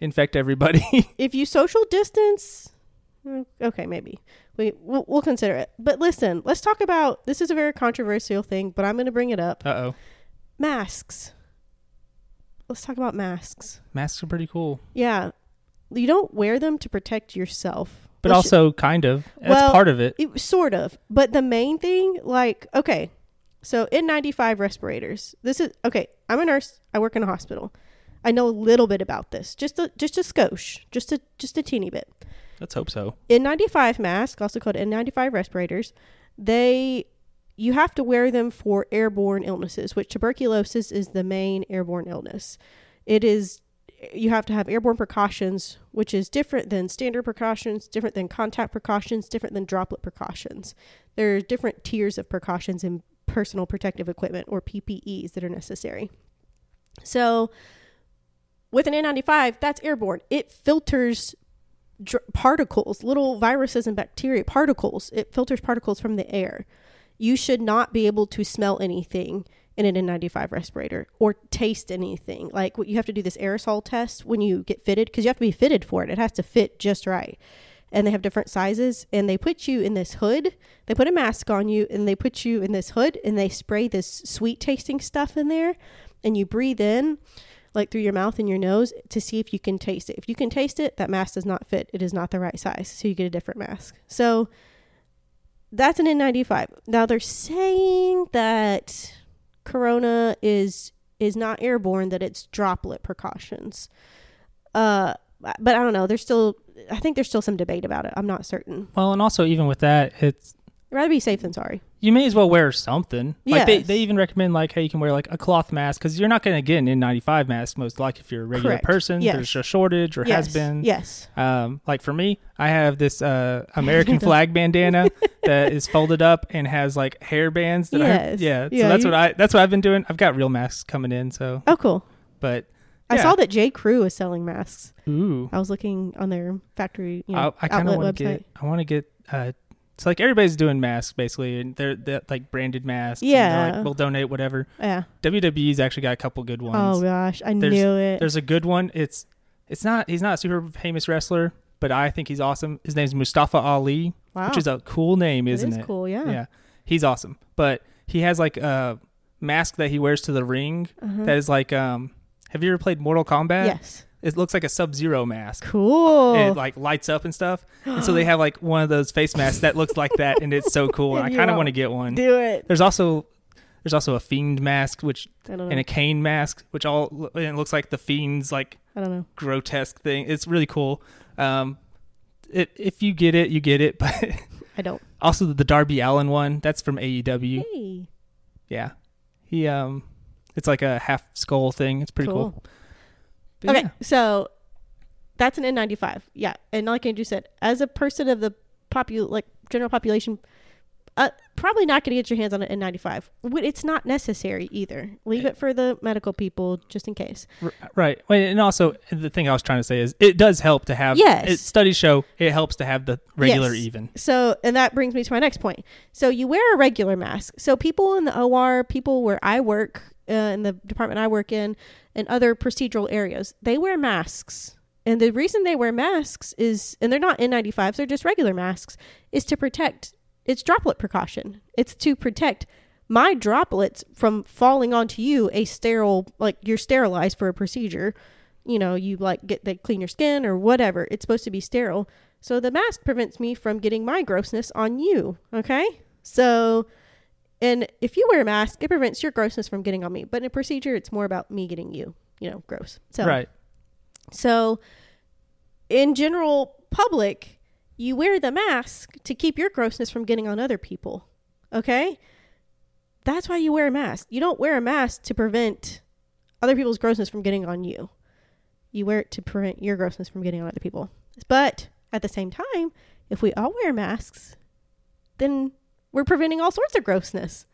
[SPEAKER 2] infect everybody. *laughs*
[SPEAKER 1] if you social distance mm, okay maybe we we'll, we'll consider it but listen let's talk about this is a very controversial thing but i'm going to bring it up
[SPEAKER 2] Uh-oh.
[SPEAKER 1] masks let's talk about masks
[SPEAKER 2] Masks are pretty cool.
[SPEAKER 1] yeah you don't wear them to protect yourself
[SPEAKER 2] But
[SPEAKER 1] Let's ju-
[SPEAKER 2] also kind of. That's
[SPEAKER 1] Well,
[SPEAKER 2] part of it.
[SPEAKER 1] it, sort of but the main thing like okay so n95 respirators this is okay i'm a nurse i work in a hospital i know a little bit about this just a just a skosh just a just a teeny bit
[SPEAKER 2] Let's hope so.
[SPEAKER 1] N95 masks, also called N95 respirators, they you have to wear them for airborne illnesses, which tuberculosis is the main airborne illness. It is you have to have airborne precautions, which is different than standard precautions, different than contact precautions, different than droplet precautions. There are different tiers of precautions in personal protective equipment or PPEs that are necessary. So, with an N95, that's airborne. It filters dr- particles, little viruses and bacteria, particles. It filters particles from the air. You should not be able to smell anything in an N95 respirator or taste anything. Like what- you have to do this aerosol test when you get fitted because you have to be fitted for it. It has to fit just right. And they have different sizes and they put you in this hood. They put a mask on you and they put you in this hood and they spray this sweet tasting stuff in there and you breathe in like through your mouth and your nose to see if you can taste it. If you can taste it, that mask does not fit. It is not the right size. So you get a different mask. So that's an N95. Now they're saying that corona is is not airborne that it's droplet precautions. Uh but I don't know. There's still I think there's still some debate about it. I'm not certain.
[SPEAKER 2] Well, and also even with that, it's
[SPEAKER 1] I'd rather be safe than sorry.
[SPEAKER 2] you may as well wear something. Like they,
[SPEAKER 1] Yes.
[SPEAKER 2] they even recommend like hey, you can wear like a cloth mask because you're not going to get an N95 mask most likely if you're a regular
[SPEAKER 1] Correct.
[SPEAKER 2] person.
[SPEAKER 1] Yes.
[SPEAKER 2] There's a shortage or
[SPEAKER 1] yes.
[SPEAKER 2] has been.
[SPEAKER 1] Yes.
[SPEAKER 2] Um, like for me, I have this uh, American
[SPEAKER 1] *laughs*
[SPEAKER 2] flag bandana that is folded up and has like hair bands. That I,
[SPEAKER 1] Yes.
[SPEAKER 2] yeah. So
[SPEAKER 1] Yeah,
[SPEAKER 2] that's
[SPEAKER 1] you-
[SPEAKER 2] what I that's what I've been doing. I've got real masks coming in. So,
[SPEAKER 1] Oh cool.
[SPEAKER 2] but
[SPEAKER 1] I
[SPEAKER 2] Yeah.
[SPEAKER 1] saw that J. Crew is selling masks.
[SPEAKER 2] ooh,
[SPEAKER 1] I was looking on their factory, you
[SPEAKER 2] I,
[SPEAKER 1] know,
[SPEAKER 2] I kind of
[SPEAKER 1] outlet
[SPEAKER 2] want
[SPEAKER 1] website.
[SPEAKER 2] to get. I want to get. Uh, it's like everybody's doing masks basically, and they're, they're like branded masks. and they're
[SPEAKER 1] Yeah.
[SPEAKER 2] like, we'll donate whatever.
[SPEAKER 1] yeah.
[SPEAKER 2] WWE's actually got a couple good ones.
[SPEAKER 1] Oh gosh, I knew it.
[SPEAKER 2] There's a good one. It's it's not he's not a super famous wrestler, but I think he's awesome. His name's Mustafa Ali,
[SPEAKER 1] Wow,
[SPEAKER 2] which is a cool name,
[SPEAKER 1] Oh. That
[SPEAKER 2] isn't
[SPEAKER 1] is
[SPEAKER 2] it?
[SPEAKER 1] cool. Yeah.
[SPEAKER 2] Yeah. He's awesome. But he has like a mask that he wears to the ring
[SPEAKER 1] Uh-huh.
[SPEAKER 2] that is like um have you ever played Mortal Kombat?
[SPEAKER 1] yes.
[SPEAKER 2] It looks like a Sub Zero mask.
[SPEAKER 1] Cool.
[SPEAKER 2] And it like lights up and stuff. And so they have like one of those face masks that looks like that and it's
[SPEAKER 1] *laughs*
[SPEAKER 2] so cool. And I
[SPEAKER 1] And you
[SPEAKER 2] kinda
[SPEAKER 1] all
[SPEAKER 2] want to get one.
[SPEAKER 1] Do it.
[SPEAKER 2] There's also there's also a fiend mask which
[SPEAKER 1] I don't know.
[SPEAKER 2] and a cane mask, which all and it looks like the fiend's like
[SPEAKER 1] I don't know.
[SPEAKER 2] grotesque thing. It's really cool. Um, it, if you get it, you get it. *laughs* But
[SPEAKER 1] I don't.
[SPEAKER 2] also the Darby Allen one, that's from AEW.
[SPEAKER 1] Hey.
[SPEAKER 2] Yeah, he um, it's like a half skull thing. It's pretty cool.
[SPEAKER 1] Cool.
[SPEAKER 2] But
[SPEAKER 1] okay,
[SPEAKER 2] yeah.
[SPEAKER 1] so that's an N95. Yeah, and like Andrew said, as a person of the popu- like general population, uh, probably not going to get your hands on an N95. Would- It's not necessary either. Leave it for the medical people, just in case.
[SPEAKER 2] R- right. Wait, And also the thing I was trying to say is it does help to have.
[SPEAKER 1] Yes.
[SPEAKER 2] it- studies show it helps to have the regular
[SPEAKER 1] Yes.
[SPEAKER 2] even.
[SPEAKER 1] So, and that brings me to my next point. So, you wear a regular mask. So, people in the OR, people where I work, uh, in the department I work in, and other procedural areas, they wear masks. And the reason they wear masks is, and they're not N95s, they're just regular masks, is to protect. It's droplet precaution. It's to protect my droplets from falling onto you, a sterile, like you're sterilized for a procedure. You know, you like get they clean your skin or whatever. It's supposed to be sterile. So the mask prevents me from getting my grossness on you. Okay. So, and if you wear a mask, it prevents your grossness from getting on me. But in a procedure, it's more about me getting you, you know, gross. So,
[SPEAKER 2] Right.
[SPEAKER 1] so in general public, you wear the mask to keep your grossness from getting on other people. Okay. That's why you wear a mask. You don't wear a mask to prevent other people's grossness from getting on you. You wear it to prevent your grossness from getting on other people. But at the same time, if we all wear masks, then we're preventing all sorts of grossness.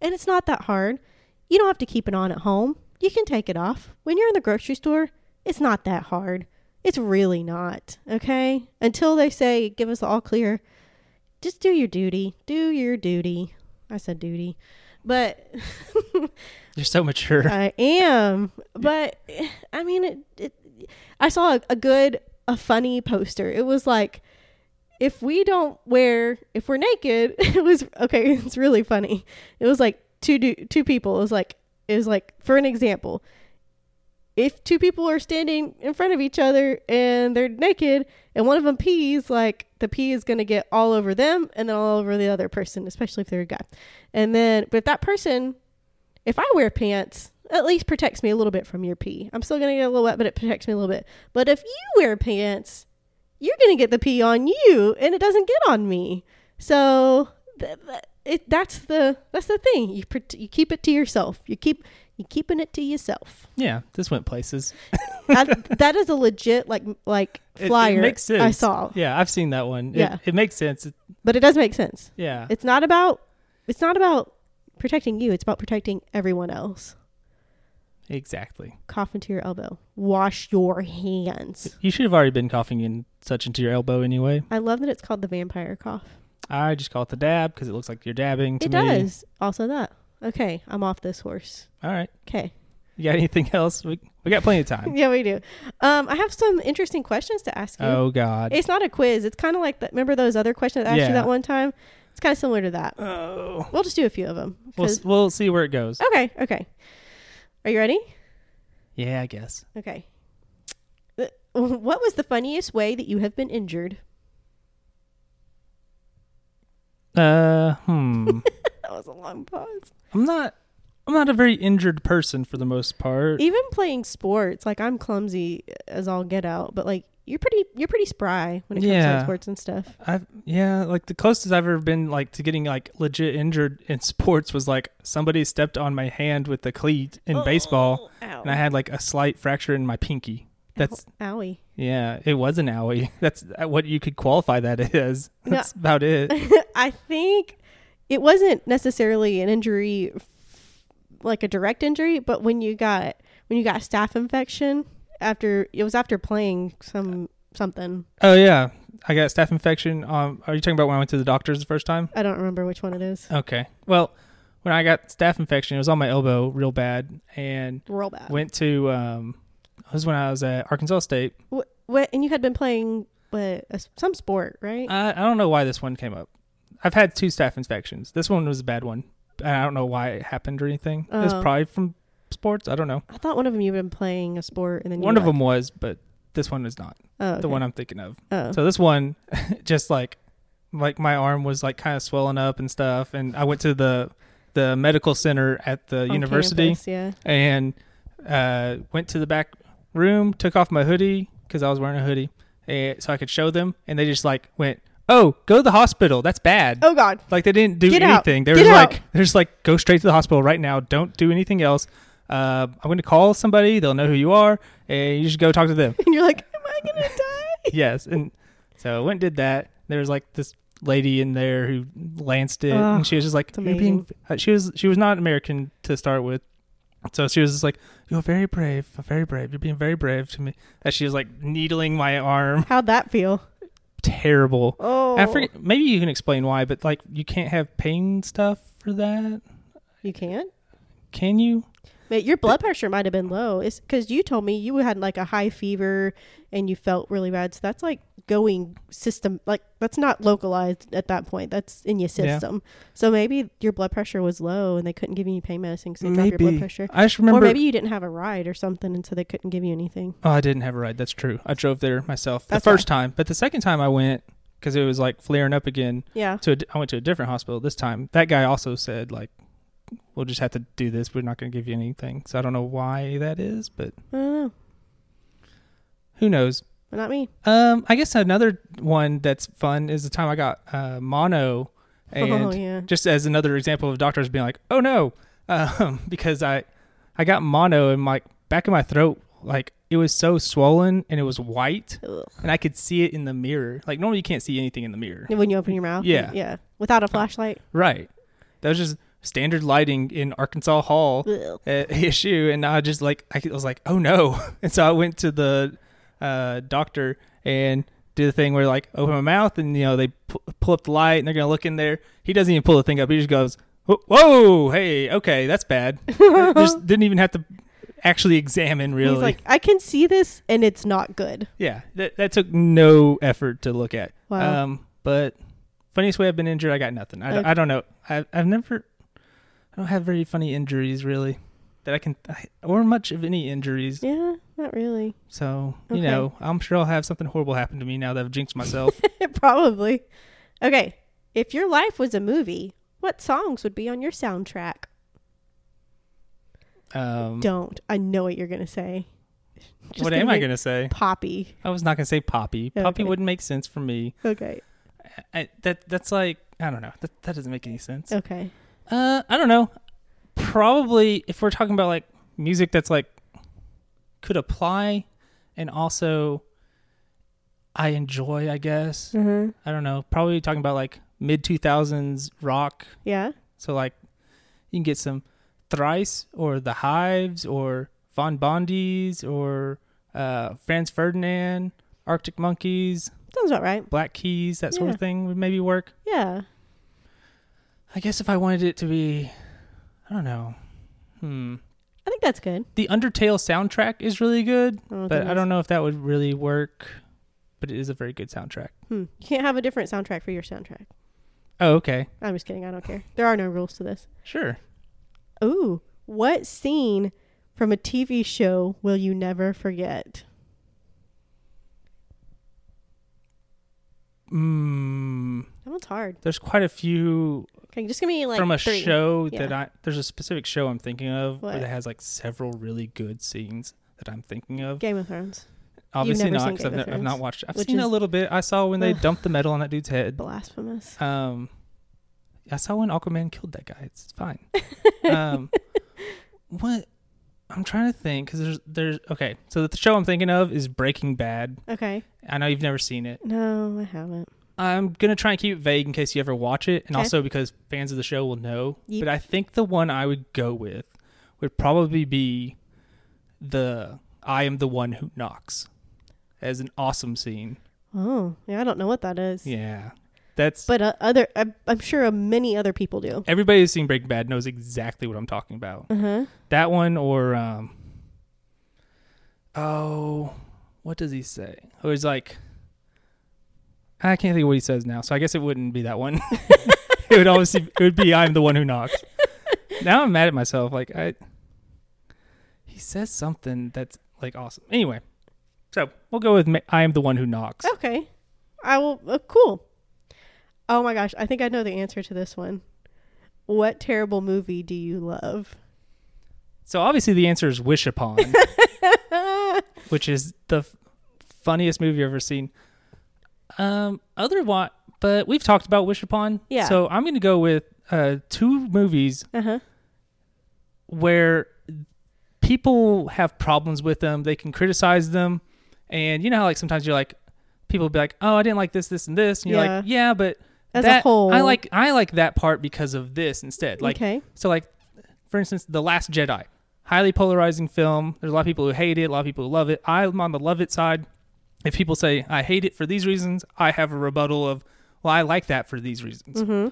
[SPEAKER 1] And it's not that hard. You don't have to keep it on at home. You can take it off. When you're in the grocery store, it's not that hard. It's really not. Okay? Until they say give us the all clear, just do your duty. Do your duty. I said duty. But *laughs*
[SPEAKER 2] You're so mature. *laughs*
[SPEAKER 1] I am. But I mean, it, it, I saw a, a good, a funny poster. It was like, if we don't wear, if we're naked, *laughs* it was okay. *laughs* It's really funny. It was like two du- two people. It was like it was like for an example, if two people are standing in front of each other and they're naked, and one of them pees, like the pee is gonna get all over them and then all over the other person, especially if they're a guy. And then, but if that person if I wear pants, at least protects me a little bit from your pee. I'm still gonna get a little wet, but it protects me a little bit. But if you wear pants, you're gonna get the pee on you, and it doesn't get on me. So th- th- it, that's the that's the thing. You pr- you keep it to yourself. You keep you keeping it to yourself.
[SPEAKER 2] Yeah, this went places. *laughs*
[SPEAKER 1] That that is a legit like like
[SPEAKER 2] It- it
[SPEAKER 1] flyer
[SPEAKER 2] makes sense.
[SPEAKER 1] I saw,
[SPEAKER 2] Yeah, I've seen that one. It-
[SPEAKER 1] Yeah.
[SPEAKER 2] It, makes sense. It-
[SPEAKER 1] but it does make sense.
[SPEAKER 2] yeah.
[SPEAKER 1] It's not about it's not about protecting you. It's about protecting everyone else.
[SPEAKER 2] exactly.
[SPEAKER 1] Cough into your elbow. Wash your hands.
[SPEAKER 2] You should have already been coughing in such into your elbow anyway.
[SPEAKER 1] I love that it's called the vampire cough.
[SPEAKER 2] I just call it the dab because it looks like you're dabbing to
[SPEAKER 1] it
[SPEAKER 2] me.
[SPEAKER 1] does. Also that. Okay, I'm off this horse.
[SPEAKER 2] All right.
[SPEAKER 1] Okay. *laughs*
[SPEAKER 2] You got anything *laughs* else? We, we got plenty of time.
[SPEAKER 1] Yeah, we do. Um, I have some interesting questions to ask you.
[SPEAKER 2] Oh God.
[SPEAKER 1] It's not a quiz. It's kind of like that. Remember those other questions I asked
[SPEAKER 2] Yeah.
[SPEAKER 1] you that one time? It's kind of similar to that.
[SPEAKER 2] oh.
[SPEAKER 1] We'll just do a few of them.
[SPEAKER 2] We'll, s- we'll see where it goes.
[SPEAKER 1] okay. Okay. Are you ready?
[SPEAKER 2] Yeah, I guess.
[SPEAKER 1] Okay. Uh, What was the *laughs* funniest way that you have been injured? *laughs*
[SPEAKER 2] Uh, hmm.
[SPEAKER 1] That was a long pause.
[SPEAKER 2] I'm not. I'm not a very injured person for the most part.
[SPEAKER 1] Even playing sports, like I'm clumsy as all get out, but like you're pretty, you're pretty spry when it comes to
[SPEAKER 2] Yeah.
[SPEAKER 1] like, sports and stuff.
[SPEAKER 2] I've yeah, like the closest I've ever been like to getting like legit injured in *laughs* sports was like somebody stepped on my hand with the cleat
[SPEAKER 1] Oh.
[SPEAKER 2] in baseball,
[SPEAKER 1] Ow.
[SPEAKER 2] and I had like a slight fracture in my pinky. That's
[SPEAKER 1] Oh, Owie. *laughs*
[SPEAKER 2] yeah, it was an owie. *laughs* That's uh, what you could qualify that *laughs* as.
[SPEAKER 1] No.
[SPEAKER 2] That's
[SPEAKER 1] *laughs*
[SPEAKER 2] about it.
[SPEAKER 1] I think it wasn't necessarily an injury, f- like a direct injury, but when you got when you got staph infection after it was after playing some something.
[SPEAKER 2] Oh yeah, I got staph infection. Um, are you talking about when I went to the doctors the first time?
[SPEAKER 1] I don't remember which one it is.
[SPEAKER 2] Okay. Well, when I got staph infection, it was on my elbow real bad, and
[SPEAKER 1] Roll back.
[SPEAKER 2] went to um, it was when I was at Arkansas State.
[SPEAKER 1] What, what? And you had been playing what a s some sport, right?
[SPEAKER 2] I, I don't know why this one came up. I've had two staph infections. This one was a bad one. And I don't know why it happened or anything. It was
[SPEAKER 1] Oh.
[SPEAKER 2] probably from sports. I don't know.
[SPEAKER 1] I thought one of them you've been playing a sport, and then you
[SPEAKER 2] One of
[SPEAKER 1] left.
[SPEAKER 2] them was, but this one is not
[SPEAKER 1] Oh,
[SPEAKER 2] the one I'm thinking of.
[SPEAKER 1] Oh.
[SPEAKER 2] So this one, *laughs* just like, like my arm was like kind of swelling up and stuff. And I went to the the medical center at the
[SPEAKER 1] On
[SPEAKER 2] university
[SPEAKER 1] campus, yeah.
[SPEAKER 2] and uh, went to the back room, took off my hoodie because I was wearing a hoodie, and, so I could show them. And they just like went, "Oh, go to the hospital. That's bad."
[SPEAKER 1] Oh God. *laughs*
[SPEAKER 2] Like they didn't do
[SPEAKER 1] Get out.
[SPEAKER 2] anything. They were
[SPEAKER 1] Get
[SPEAKER 2] just
[SPEAKER 1] out.
[SPEAKER 2] like they're just like go straight to the hospital right now. Don't do anything else. Uh, I'm going to call somebody. They'll know who you are, and you just go talk to them.
[SPEAKER 1] And you're like, am I
[SPEAKER 2] *laughs*
[SPEAKER 1] gonna die?
[SPEAKER 2] yes, and so I went and did that. There was like this lady in there who lanced it,
[SPEAKER 1] Ugh,
[SPEAKER 2] and she was just like,
[SPEAKER 1] it's
[SPEAKER 2] "You're being." uh, She was she was not American to start with, so she was just like, "You're very brave, very brave. You're being very brave to me." As she was like needling my arm,
[SPEAKER 1] How'd that feel?
[SPEAKER 2] terrible.
[SPEAKER 1] Oh,
[SPEAKER 2] I forget. Maybe you can explain why, but like you can't have pain stuff for that.
[SPEAKER 1] you can't.
[SPEAKER 2] Can you?
[SPEAKER 1] Mate, your blood pressure might have been low. It's because you told me you had like a high fever and you felt really bad. So that's like going system, like that's not localized at that point. That's in your
[SPEAKER 2] Yeah.
[SPEAKER 1] system. So maybe your blood pressure was low and they couldn't give you any pain medicine because they dropped your blood pressure.
[SPEAKER 2] I just remember.
[SPEAKER 1] Or maybe you didn't have a ride or something and so they couldn't give you anything.
[SPEAKER 2] oh, I didn't have a ride. That's true. I drove there myself
[SPEAKER 1] That's
[SPEAKER 2] the first time, but the second time I went because it was like flaring up again.
[SPEAKER 1] Yeah.
[SPEAKER 2] To a, di- I went to a different hospital this time. That guy also said like, "We'll just have to do this. We're not going to give you anything." So I don't know why that is, but
[SPEAKER 1] I don't know.
[SPEAKER 2] who knows?
[SPEAKER 1] But not me.
[SPEAKER 2] Um, I guess another one that's fun is the time I got uh, mono,
[SPEAKER 1] *laughs*
[SPEAKER 2] and
[SPEAKER 1] oh, yeah. *laughs*
[SPEAKER 2] just as another example of doctors being like, "Oh no," um, *laughs* because I I got mono and my back of my throat like it was so swollen and it was white
[SPEAKER 1] Ugh.
[SPEAKER 2] and I could see it in the mirror. Like normally you can't see anything in the mirror,
[SPEAKER 1] When you open your mouth.
[SPEAKER 2] Yeah.
[SPEAKER 1] Yeah. Without a flashlight.
[SPEAKER 2] right? That was just standard lighting in Arkansas Hall
[SPEAKER 1] Ugh.
[SPEAKER 2] uh, *laughs* at ASU, and I just like I was like, "Oh no!" And so I went to the uh, doctor and do the thing where like open my mouth and you know they pu- pull up the light and they're gonna look in there. He doesn't even pull the thing up. He just goes, "Whoa, whoa hey, okay,
[SPEAKER 1] *laughs*
[SPEAKER 2] that's bad." just didn't even have to actually examine really.
[SPEAKER 1] He's like, I can see this, and it's not good.
[SPEAKER 2] yeah, that, that took no effort to look at.
[SPEAKER 1] Wow.
[SPEAKER 2] Um, but funniest way I've been injured, I got nothing. I, don't-
[SPEAKER 1] Okay.
[SPEAKER 2] I don't know. I, I've never, I don't have very funny injuries really that I can, I, or much of any injuries.
[SPEAKER 1] Yeah, not really. *laughs*
[SPEAKER 2] So, you
[SPEAKER 1] Okay.
[SPEAKER 2] know, I'm sure I'll have something horrible happen to me now that I've
[SPEAKER 1] *laughs*
[SPEAKER 2] jinxed myself.
[SPEAKER 1] Probably. Okay, if your life was a movie, what songs would be on your soundtrack?
[SPEAKER 2] um,
[SPEAKER 1] Don't. I know what you're gonna say. *laughs* Just
[SPEAKER 2] what am I
[SPEAKER 1] be
[SPEAKER 2] going to say?
[SPEAKER 1] Poppy.
[SPEAKER 2] I was not going to say Poppy. Poppy
[SPEAKER 1] Okay.
[SPEAKER 2] wouldn't make sense for me.
[SPEAKER 1] Okay.
[SPEAKER 2] I, that That's like, I don't know. That, that doesn't make any sense.
[SPEAKER 1] Okay.
[SPEAKER 2] Uh, I don't know. Probably if we're talking about like music that's like could apply and also I enjoy, I guess.
[SPEAKER 1] Uh-huh.
[SPEAKER 2] I don't know. Probably talking about like mid 2000s rock.
[SPEAKER 1] Yeah.
[SPEAKER 2] So like you can get some Thrice or The Hives or Von Bondi's or uh, Franz Ferdinand, Arctic Monkeys,
[SPEAKER 1] Sounds about right.
[SPEAKER 2] Black Keys, that sort
[SPEAKER 1] Yeah.
[SPEAKER 2] of thing would maybe work.
[SPEAKER 1] Yeah.
[SPEAKER 2] I guess if I wanted it to be, I don't know. Hmm.
[SPEAKER 1] I think that's good.
[SPEAKER 2] The Undertale soundtrack is really good,
[SPEAKER 1] I don't
[SPEAKER 2] but
[SPEAKER 1] think
[SPEAKER 2] I
[SPEAKER 1] it's-
[SPEAKER 2] don't know if that would really work. But it is a very good soundtrack.
[SPEAKER 1] Hmm. You can't have a different soundtrack for your soundtrack.
[SPEAKER 2] Oh, okay.
[SPEAKER 1] I'm just kidding. I don't care. There are no rules to this.
[SPEAKER 2] Sure.
[SPEAKER 1] Ooh, what scene from a TV show will you never forget?
[SPEAKER 2] Mm,
[SPEAKER 1] That one's hard.
[SPEAKER 2] there's quite a few
[SPEAKER 1] Okay, just give me like
[SPEAKER 2] from a
[SPEAKER 1] three.
[SPEAKER 2] show
[SPEAKER 1] Yeah.
[SPEAKER 2] that I there's a specific show I'm thinking of
[SPEAKER 1] What?
[SPEAKER 2] where that has like several really good scenes that I'm thinking of.
[SPEAKER 1] Game of Thrones.
[SPEAKER 2] Obviously
[SPEAKER 1] never
[SPEAKER 2] not
[SPEAKER 1] seen
[SPEAKER 2] because I've,
[SPEAKER 1] Game
[SPEAKER 2] ne-
[SPEAKER 1] of
[SPEAKER 2] I've not
[SPEAKER 1] Thrones,
[SPEAKER 2] watched. It. I've
[SPEAKER 1] which
[SPEAKER 2] seen a
[SPEAKER 1] is-
[SPEAKER 2] little bit. I saw when they
[SPEAKER 1] Ugh.
[SPEAKER 2] dumped the metal on that dude's head.
[SPEAKER 1] Blasphemous.
[SPEAKER 2] Um, I saw when Aquaman killed that guy. It's
[SPEAKER 1] *laughs*
[SPEAKER 2] fine. um, what? I'm trying to think because there's there's okay. So the show I'm thinking of is Breaking Bad.
[SPEAKER 1] Okay.
[SPEAKER 2] I know you've never seen it.
[SPEAKER 1] No, I haven't.
[SPEAKER 2] I'm gonna try and keep it vague in case you ever watch it, and
[SPEAKER 1] Okay.
[SPEAKER 2] also because fans of the show will know.
[SPEAKER 1] Ye-
[SPEAKER 2] But I think the one I would go with would probably be the "I am the one who knocks" as an awesome scene.
[SPEAKER 1] Oh, yeah, I don't know what that is.
[SPEAKER 2] Yeah, that's
[SPEAKER 1] But uh, other, I, I'm sure uh, many other people do.
[SPEAKER 2] everybody who's seen Breaking Bad knows exactly what I'm talking about.
[SPEAKER 1] Uh huh.
[SPEAKER 2] That one or um Oh what does he say? Or he's like I can't think of what he says now, so I guess it wouldn't be that one. *laughs* it would obviously it would be I'm the one who knocks. Now I'm mad at myself. Like I He says something that's like awesome. Anyway. So we'll go with ma- I am the one who knocks.
[SPEAKER 1] Okay. I will. Uh, cool. Oh my gosh, I think I know the answer to this one. What terrible movie do you love? *laughs*
[SPEAKER 2] So obviously the answer is Wish Upon,
[SPEAKER 1] Uh-huh.
[SPEAKER 2] which is the f- funniest movie I've ever seen. Um, other one, but we've talked about Wish Upon.
[SPEAKER 1] Yeah.
[SPEAKER 2] So I'm going to go with uh, two movies
[SPEAKER 1] Uh huh.
[SPEAKER 2] where people have problems with them. They can criticize them, and you know how like sometimes you're like, people will be like, "Oh, I didn't like this, this, and this," and you're like, "Yeah, but
[SPEAKER 1] As a
[SPEAKER 2] that,
[SPEAKER 1] whole.
[SPEAKER 2] I like I like that part because of this instead." Like,
[SPEAKER 1] okay.
[SPEAKER 2] so like, for instance, The Last Jedi, highly polarizing film. There's a lot of people who hate it, a lot of people who love it. I'm on the love it side. If people say I hate it for these reasons, I have a rebuttal of, well, I like that for these reasons.
[SPEAKER 1] Mm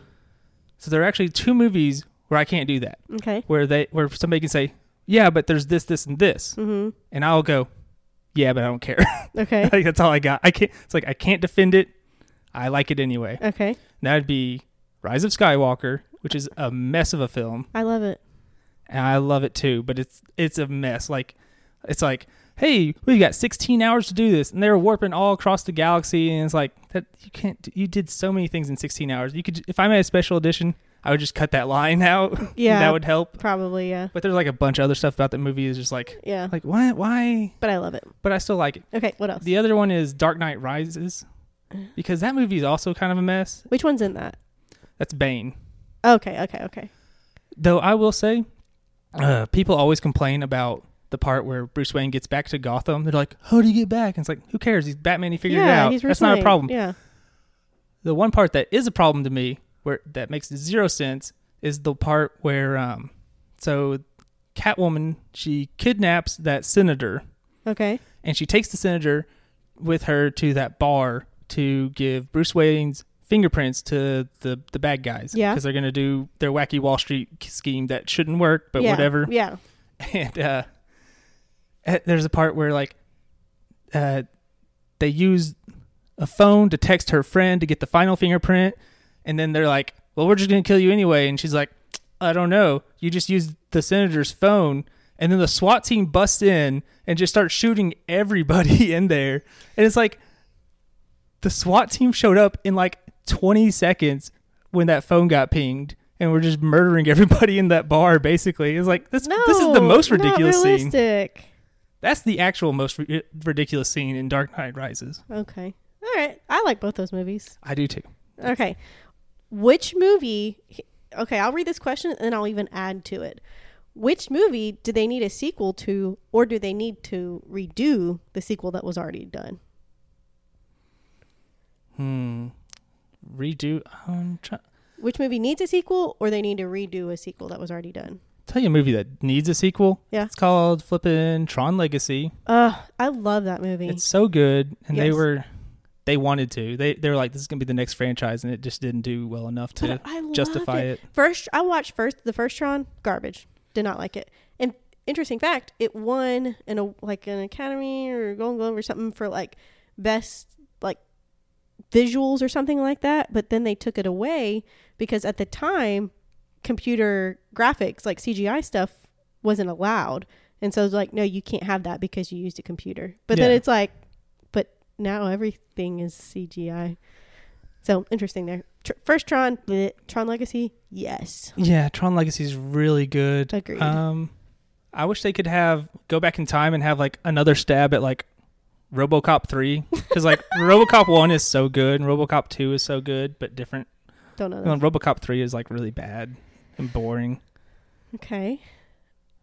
[SPEAKER 2] So there are actually two movies where I can't do that,
[SPEAKER 1] hmm. Okay.
[SPEAKER 2] where they where somebody can say, yeah, but there's this, this, and this,
[SPEAKER 1] Mm
[SPEAKER 2] and I'll go, yeah, but I don't care.
[SPEAKER 1] hmm.
[SPEAKER 2] *laughs*
[SPEAKER 1] Okay.
[SPEAKER 2] like that's all I got. I can't. It's like I can't defend it. I like it anyway.
[SPEAKER 1] okay.
[SPEAKER 2] And that'd be Rise of Skywalker, which is a mess of a film
[SPEAKER 1] I love it.
[SPEAKER 2] and I love it too. But it's it's a mess. Like it's like, hey, we got 16 hours to do this, and they're warping all across the galaxy, and it's like that you can't. do- You did so many things in 16 hours. You could, if I made a special edition, I would just cut that line *laughs* out. and
[SPEAKER 1] Yeah.
[SPEAKER 2] that would help.
[SPEAKER 1] Probably, yeah.
[SPEAKER 2] But there's like a bunch of other stuff about the movie is just like,
[SPEAKER 1] Yeah.
[SPEAKER 2] like why, why?
[SPEAKER 1] But I love it.
[SPEAKER 2] But I still like it.
[SPEAKER 1] Okay, what else?
[SPEAKER 2] The other one is Dark Knight Rises, because that movie is also kind of a mess.
[SPEAKER 1] Which one's in that?
[SPEAKER 2] That's Bane.
[SPEAKER 1] Okay, okay, okay.
[SPEAKER 2] Though I will say, uh, people always complain about the part where Bruce Wayne gets back to Gotham. They're like, "How do you get back?" And it's like, "Who cares? He's Batman. He figured
[SPEAKER 1] yeah,
[SPEAKER 2] it out.
[SPEAKER 1] he's
[SPEAKER 2] That's not a
[SPEAKER 1] Wayne.
[SPEAKER 2] problem."
[SPEAKER 1] Yeah.
[SPEAKER 2] The one part that is a problem to me, where that makes zero sense, is the part where, um, so Catwoman she kidnaps that senator
[SPEAKER 1] Okay.
[SPEAKER 2] and she takes the senator with her to that bar to give Bruce Wayne's fingerprints to the the bad guys.
[SPEAKER 1] Yeah.
[SPEAKER 2] because they're gonna do their wacky Wall Street scheme that shouldn't work, but
[SPEAKER 1] yeah.
[SPEAKER 2] whatever. *laughs*
[SPEAKER 1] Yeah.
[SPEAKER 2] And uh, eh, there's a part where like uh, they use a phone to text her friend to get the final fingerprint, and then they're like, "Well, we're just gonna kill you anyway," and she's like, "I don't know. You just used the senator's phone." And then the SWAT team busts in and just starts shooting everybody *laughs* in there. And it's like the SWAT team showed up in like 20 seconds when that phone got pinged and we're just murdering *laughs* everybody in that bar basically. It's like this
[SPEAKER 1] No.
[SPEAKER 2] this is the most
[SPEAKER 1] not
[SPEAKER 2] ridiculous scene.
[SPEAKER 1] realistic.
[SPEAKER 2] That's the actual most ri- ridiculous scene in Dark Knight Rises.
[SPEAKER 1] Okay. All right. I like both those movies.
[SPEAKER 2] I do too.
[SPEAKER 1] Okay. Which movie? Okay, I'll read this question and I'll even add to it. Which movie do they need a sequel to, or do they need to redo the sequel that was already done?
[SPEAKER 2] Hmm. Redo I'm trying
[SPEAKER 1] Which movie needs a sequel, or they need to redo a sequel that was already done?
[SPEAKER 2] tell you a movie that needs a sequel.
[SPEAKER 1] Yeah.
[SPEAKER 2] It's called flippin' Tron Legacy.
[SPEAKER 1] Ugh, I love that movie.
[SPEAKER 2] It's so good, and they
[SPEAKER 1] Yes.
[SPEAKER 2] were they wanted to. They they were like, this is gonna be the next franchise, and it just didn't do well enough to *laughs*
[SPEAKER 1] But I loved
[SPEAKER 2] justify it.
[SPEAKER 1] First, I watched first the first Tron. Garbage. Did not like it. And interesting fact, it won in a like an Academy or Golden Globe or something for like best like visuals or something like that. But then they took it away because at the time, computer graphics like CGI stuff wasn't allowed. And so it's like, no, you can't have that because you used a computer. But then
[SPEAKER 2] Yeah.
[SPEAKER 1] it's like, but now everything is CGI. So interesting there. Tr- first Tron, bleh. Tron Legacy, yes.
[SPEAKER 2] Yeah, Tron Legacy is really good.
[SPEAKER 1] Agreed.
[SPEAKER 2] Um, I wish they could have go back in time and have like another stab at like RoboCop three because like RoboCop one is so good and RoboCop two is so good but different.
[SPEAKER 1] Don't know that.
[SPEAKER 2] And RoboCop three is like really bad and boring.
[SPEAKER 1] Okay.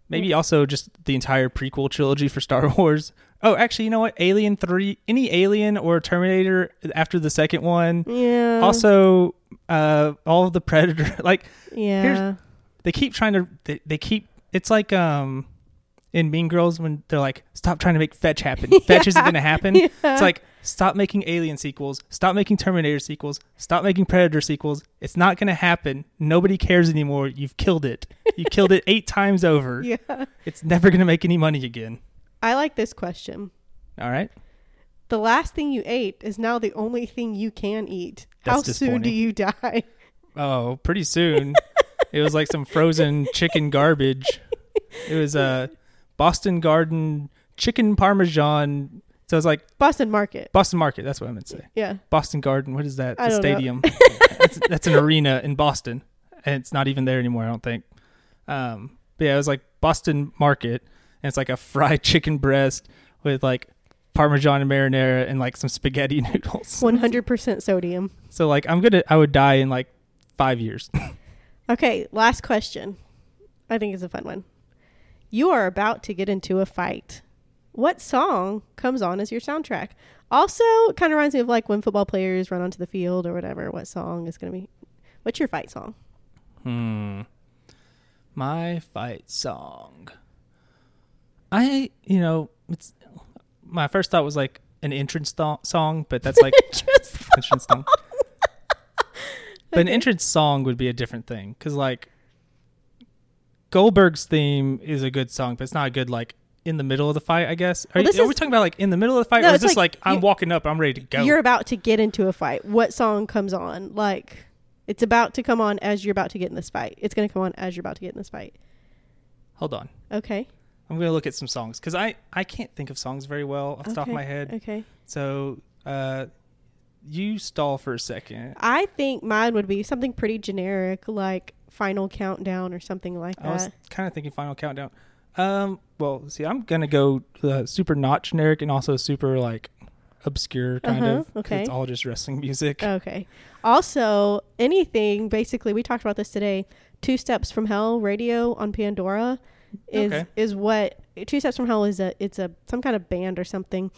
[SPEAKER 2] Maybe also just the entire prequel trilogy for Star *laughs* Wars. Oh, actually, you know what? Alien three, any Alien or Terminator after the second one.
[SPEAKER 1] Yeah.
[SPEAKER 2] Also, uh, all of the Predator *laughs* like
[SPEAKER 1] yeah.
[SPEAKER 2] they keep trying to they, they keep it's like um in Mean Girls when they're like stop trying to make
[SPEAKER 1] *laughs*
[SPEAKER 2] fetch happen fetch isn't going to happen
[SPEAKER 1] Yeah.
[SPEAKER 2] it's like stop making alien sequels stop making terminator sequels stop making predator sequels it's not going to happen nobody cares anymore you've killed it you killed it 8 times
[SPEAKER 1] *laughs*
[SPEAKER 2] over
[SPEAKER 1] Yeah.
[SPEAKER 2] it's never going to make any money again
[SPEAKER 1] I like this question.
[SPEAKER 2] all right
[SPEAKER 1] The last thing you ate is now the only thing you can eat.
[SPEAKER 2] That's
[SPEAKER 1] How soon do
[SPEAKER 2] disappointing.
[SPEAKER 1] you die? *laughs*
[SPEAKER 2] oh pretty soon it was like some frozen chicken garbage it was uh, Boston Garden chicken parmesan so it's like
[SPEAKER 1] Boston Market.
[SPEAKER 2] Boston Market. That's what I meant to say.
[SPEAKER 1] Yeah.
[SPEAKER 2] Boston Garden. What is that?
[SPEAKER 1] I
[SPEAKER 2] The
[SPEAKER 1] don't know. *laughs*
[SPEAKER 2] stadium. that's, that's an arena in Boston, and it's not even there anymore. I don't think. Um, but yeah, it was like Boston Market, and it's like a *laughs* fried chicken breast with like parmesan and marinara and like some spaghetti *laughs* noodles.
[SPEAKER 1] 100% sodium.
[SPEAKER 2] So like, I'm gonna, I would die in like five years. *laughs*
[SPEAKER 1] Okay, last question. I think it's a fun one. You are about to get into a fight. What song comes on as your soundtrack? Also, it kind of reminds me of like when football players run onto the field or whatever. What song is going to be? What's your fight song?
[SPEAKER 2] Hmm. My fight song. I, you know, it's my first thought was like an entrance tho- song, but that's like
[SPEAKER 1] *laughs* Just-
[SPEAKER 2] entrance
[SPEAKER 1] *laughs*
[SPEAKER 2] song. But an entrance song would be a different thing because, like, Goldberg's theme is a good song, but it's not a good like in the middle of the fight. I guess. Are,
[SPEAKER 1] Well,
[SPEAKER 2] you-
[SPEAKER 1] this
[SPEAKER 2] are
[SPEAKER 1] is-
[SPEAKER 2] we talking about like in the middle of the fight,
[SPEAKER 1] No,
[SPEAKER 2] or is
[SPEAKER 1] it's
[SPEAKER 2] this
[SPEAKER 1] like
[SPEAKER 2] like,
[SPEAKER 1] you-
[SPEAKER 2] I'm walking up, I'm ready to go?
[SPEAKER 1] You're about to get into a fight. What song comes on? Like, it's about to come on as you're about to get in this fight. It's going to come on as you're about to get in this fight.
[SPEAKER 2] Hold on,
[SPEAKER 1] Okay.
[SPEAKER 2] I'm gonna look at some songs because I I can't think of songs very well off the top of
[SPEAKER 1] Okay.
[SPEAKER 2] my head.
[SPEAKER 1] Okay.
[SPEAKER 2] So, uh, you stall for a second.
[SPEAKER 1] I think mine would be something pretty generic, like Final Countdown or something like
[SPEAKER 2] I was
[SPEAKER 1] that.
[SPEAKER 2] kind of thinking Final Countdown. Um, well, see, I'm gonna go uh, super not generic and also super like obscure kind
[SPEAKER 1] Uh-huh,
[SPEAKER 2] of. 'cause
[SPEAKER 1] okay. Oh,
[SPEAKER 2] it's all just wrestling music.
[SPEAKER 1] Okay. Also, anything basically we talked about this today. Two Steps from Hell radio on Pandora is
[SPEAKER 2] Okay.
[SPEAKER 1] is what Two Steps from Hell is a it's a some kind of band or something,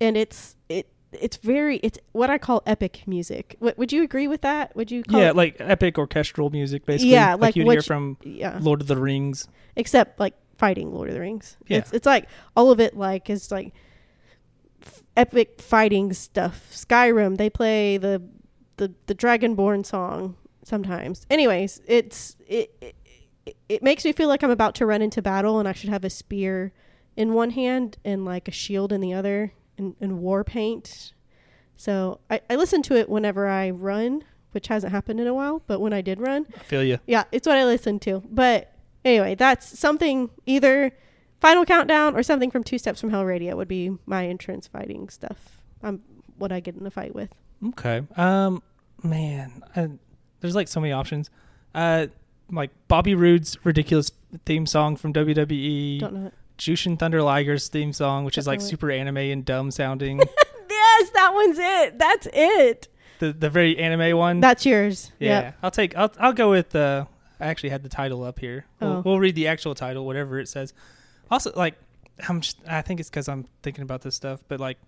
[SPEAKER 1] and it's it it's very it's what I call epic music. What, would you agree with that? Would you call
[SPEAKER 2] yeah,
[SPEAKER 1] it,
[SPEAKER 2] like epic orchestral music, basically.
[SPEAKER 1] Yeah,
[SPEAKER 2] like,
[SPEAKER 1] like Uh.
[SPEAKER 2] you'd
[SPEAKER 1] what
[SPEAKER 2] hear
[SPEAKER 1] you-
[SPEAKER 2] from
[SPEAKER 1] yeah
[SPEAKER 2] Lord of the Rings.
[SPEAKER 1] except like fighting Lord of the Rings.
[SPEAKER 2] Yeah.
[SPEAKER 1] It's it's like all of it like is like f- epic fighting stuff. Skyrim, they play the the the Dragonborn song sometimes. Anyways, it's it, it it makes me feel like I'm about to run into battle and I should have a spear in one hand and like a shield in the other and, and war paint. So I, I listen to it whenever I run, which hasn't happened in a while, but when I did run,
[SPEAKER 2] I feel you.
[SPEAKER 1] yeah, it's what I listen to. But anyway, that's something either Final Countdown or something from Two Steps from Hell Radio would be my entrance fighting stuff. I'm what I get in a fight with.
[SPEAKER 2] Okay. Um, man, I, there's like so many options. Uh, like Bobby Roode's ridiculous theme song from WWE,
[SPEAKER 1] Don't know it.
[SPEAKER 2] Jushin Thunder Liger's theme song, which is
[SPEAKER 1] Don't
[SPEAKER 2] like
[SPEAKER 1] know it.
[SPEAKER 2] super anime and
[SPEAKER 1] *laughs*
[SPEAKER 2] dumb sounding.
[SPEAKER 1] Yes, that one's it. That's it.
[SPEAKER 2] the the very anime one.
[SPEAKER 1] That's yours.
[SPEAKER 2] yeah.
[SPEAKER 1] Yep.
[SPEAKER 2] I'll take. I'll I'll go with. Uh, I actually had the title up here. We'll,
[SPEAKER 1] Oh.
[SPEAKER 2] we'll read the actual title, whatever it says. Also, like I'm. Just, I think it's because I'm thinking about this stuff, but like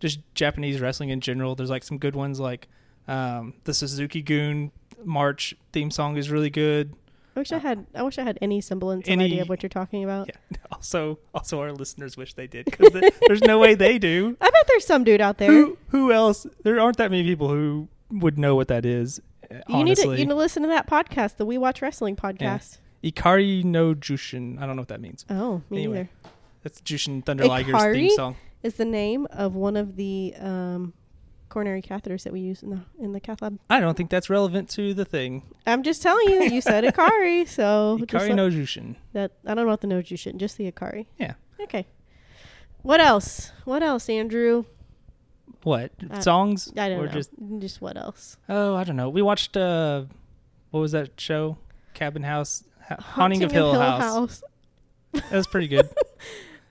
[SPEAKER 2] just Japanese wrestling in general. There's like some good ones, like um, the Suzuki Goon March theme song is really good.
[SPEAKER 1] I wish I had. I wish I had any semblance
[SPEAKER 2] Any-
[SPEAKER 1] of idea of what you're talking about.
[SPEAKER 2] Yeah. *laughs* Also, also our listeners wish they did because there's no way they
[SPEAKER 1] *laughs*
[SPEAKER 2] do.
[SPEAKER 1] I bet there's some dude out there.
[SPEAKER 2] Who who else? There aren't that many people who would know what that is.
[SPEAKER 1] you need to
[SPEAKER 2] Honestly,
[SPEAKER 1] you need to listen to that podcast, the We Watch Wrestling podcast.
[SPEAKER 2] Ikari no Jushin. I don't know what that means.
[SPEAKER 1] Oh, me
[SPEAKER 2] Anyway.
[SPEAKER 1] either.
[SPEAKER 2] That's Jushin Thunder Liger's theme
[SPEAKER 1] Ikari?
[SPEAKER 2] song.
[SPEAKER 1] Is the name of one of the um, coronary catheters that we use in the in the cath lab?
[SPEAKER 2] I don't think that's relevant to the thing.
[SPEAKER 1] I'm just telling you. You
[SPEAKER 2] *laughs*
[SPEAKER 1] said Ikari, so Oh, just
[SPEAKER 2] Ikari
[SPEAKER 1] let-
[SPEAKER 2] no Jushin.
[SPEAKER 1] that I don't know about the no Jushin, just the Ikari.
[SPEAKER 2] Yeah.
[SPEAKER 1] Okay. What else? What else, Andrew?
[SPEAKER 2] What
[SPEAKER 1] I-
[SPEAKER 2] songs?
[SPEAKER 1] I don't
[SPEAKER 2] or
[SPEAKER 1] know.
[SPEAKER 2] Just
[SPEAKER 1] Just, what else?
[SPEAKER 2] oh, I don't know. We watched uh, what was that show? Cabin House, ha- Haunting, of Hill, House. That was
[SPEAKER 1] *laughs*
[SPEAKER 2] pretty good.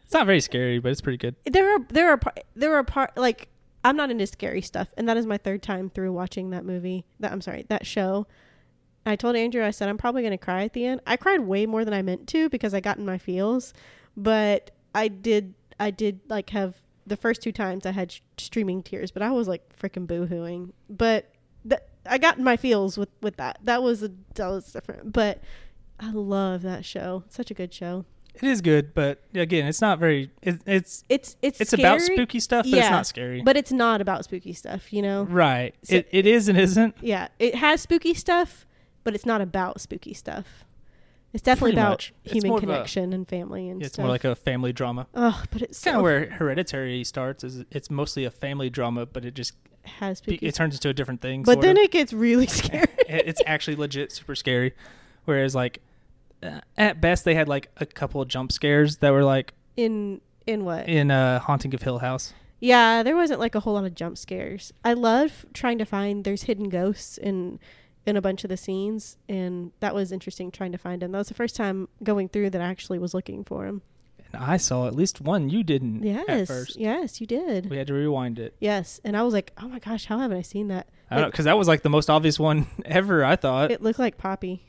[SPEAKER 2] it's not very scary, but it's pretty good.
[SPEAKER 1] there are there are par- there are part like I'm not into scary stuff, and that is my third time through watching that movie. That I'm sorry, that show. I told Andrew, I said I'm probably gonna cry at the end. I cried way more than I meant to because I got in my feels, but I did I did like have the first two times I had sh- streaming tears, but I was like freaking boohooing. But th- I got in my feels with with that. That was a that was different, but I love that show. It's such a good show.
[SPEAKER 2] It is good, but again, it's not very. It, it's
[SPEAKER 1] It's it's
[SPEAKER 2] it's about
[SPEAKER 1] scary.
[SPEAKER 2] spooky stuff, but
[SPEAKER 1] Yeah.
[SPEAKER 2] it's not scary.
[SPEAKER 1] But it's not about spooky stuff, you know?
[SPEAKER 2] right.
[SPEAKER 1] So-
[SPEAKER 2] it, it is and isn't.
[SPEAKER 1] Yeah. It has spooky stuff, but it's not about spooky stuff. It's definitely
[SPEAKER 2] Pretty
[SPEAKER 1] about
[SPEAKER 2] much. It's
[SPEAKER 1] human
[SPEAKER 2] more of a-
[SPEAKER 1] connection and family and
[SPEAKER 2] It's
[SPEAKER 1] stuff.
[SPEAKER 2] more like a family drama.
[SPEAKER 1] oh, but it's
[SPEAKER 2] It's kind
[SPEAKER 1] so
[SPEAKER 2] of where Hereditary starts. Is it's mostly a family drama, but it just
[SPEAKER 1] has spooky
[SPEAKER 2] it turns into a different thing.
[SPEAKER 1] But
[SPEAKER 2] sort
[SPEAKER 1] then
[SPEAKER 2] of.
[SPEAKER 1] it gets
[SPEAKER 2] *laughs*
[SPEAKER 1] really scary.
[SPEAKER 2] it- it's actually legit super scary. Whereas like uh, at best they had like a couple of jump scares that were like
[SPEAKER 1] in in what?
[SPEAKER 2] in uh, Haunting of Hill House.
[SPEAKER 1] Yeah, there wasn't like a whole lot of jump scares. I love trying to find there's hidden ghosts in in a bunch of the scenes and that was interesting trying to find them. That was the first time going through that I actually was looking for them.
[SPEAKER 2] And I saw at least one you didn't Mm, at
[SPEAKER 1] Yes.
[SPEAKER 2] first.
[SPEAKER 1] Yes, you did.
[SPEAKER 2] We had to rewind it.
[SPEAKER 1] Yes, and I was like, "Oh my gosh, how haven't I seen that?"
[SPEAKER 2] I don't know,
[SPEAKER 1] Like,
[SPEAKER 2] because that was like the most obvious one *laughs* ever. I thought
[SPEAKER 1] it looked like Poppy.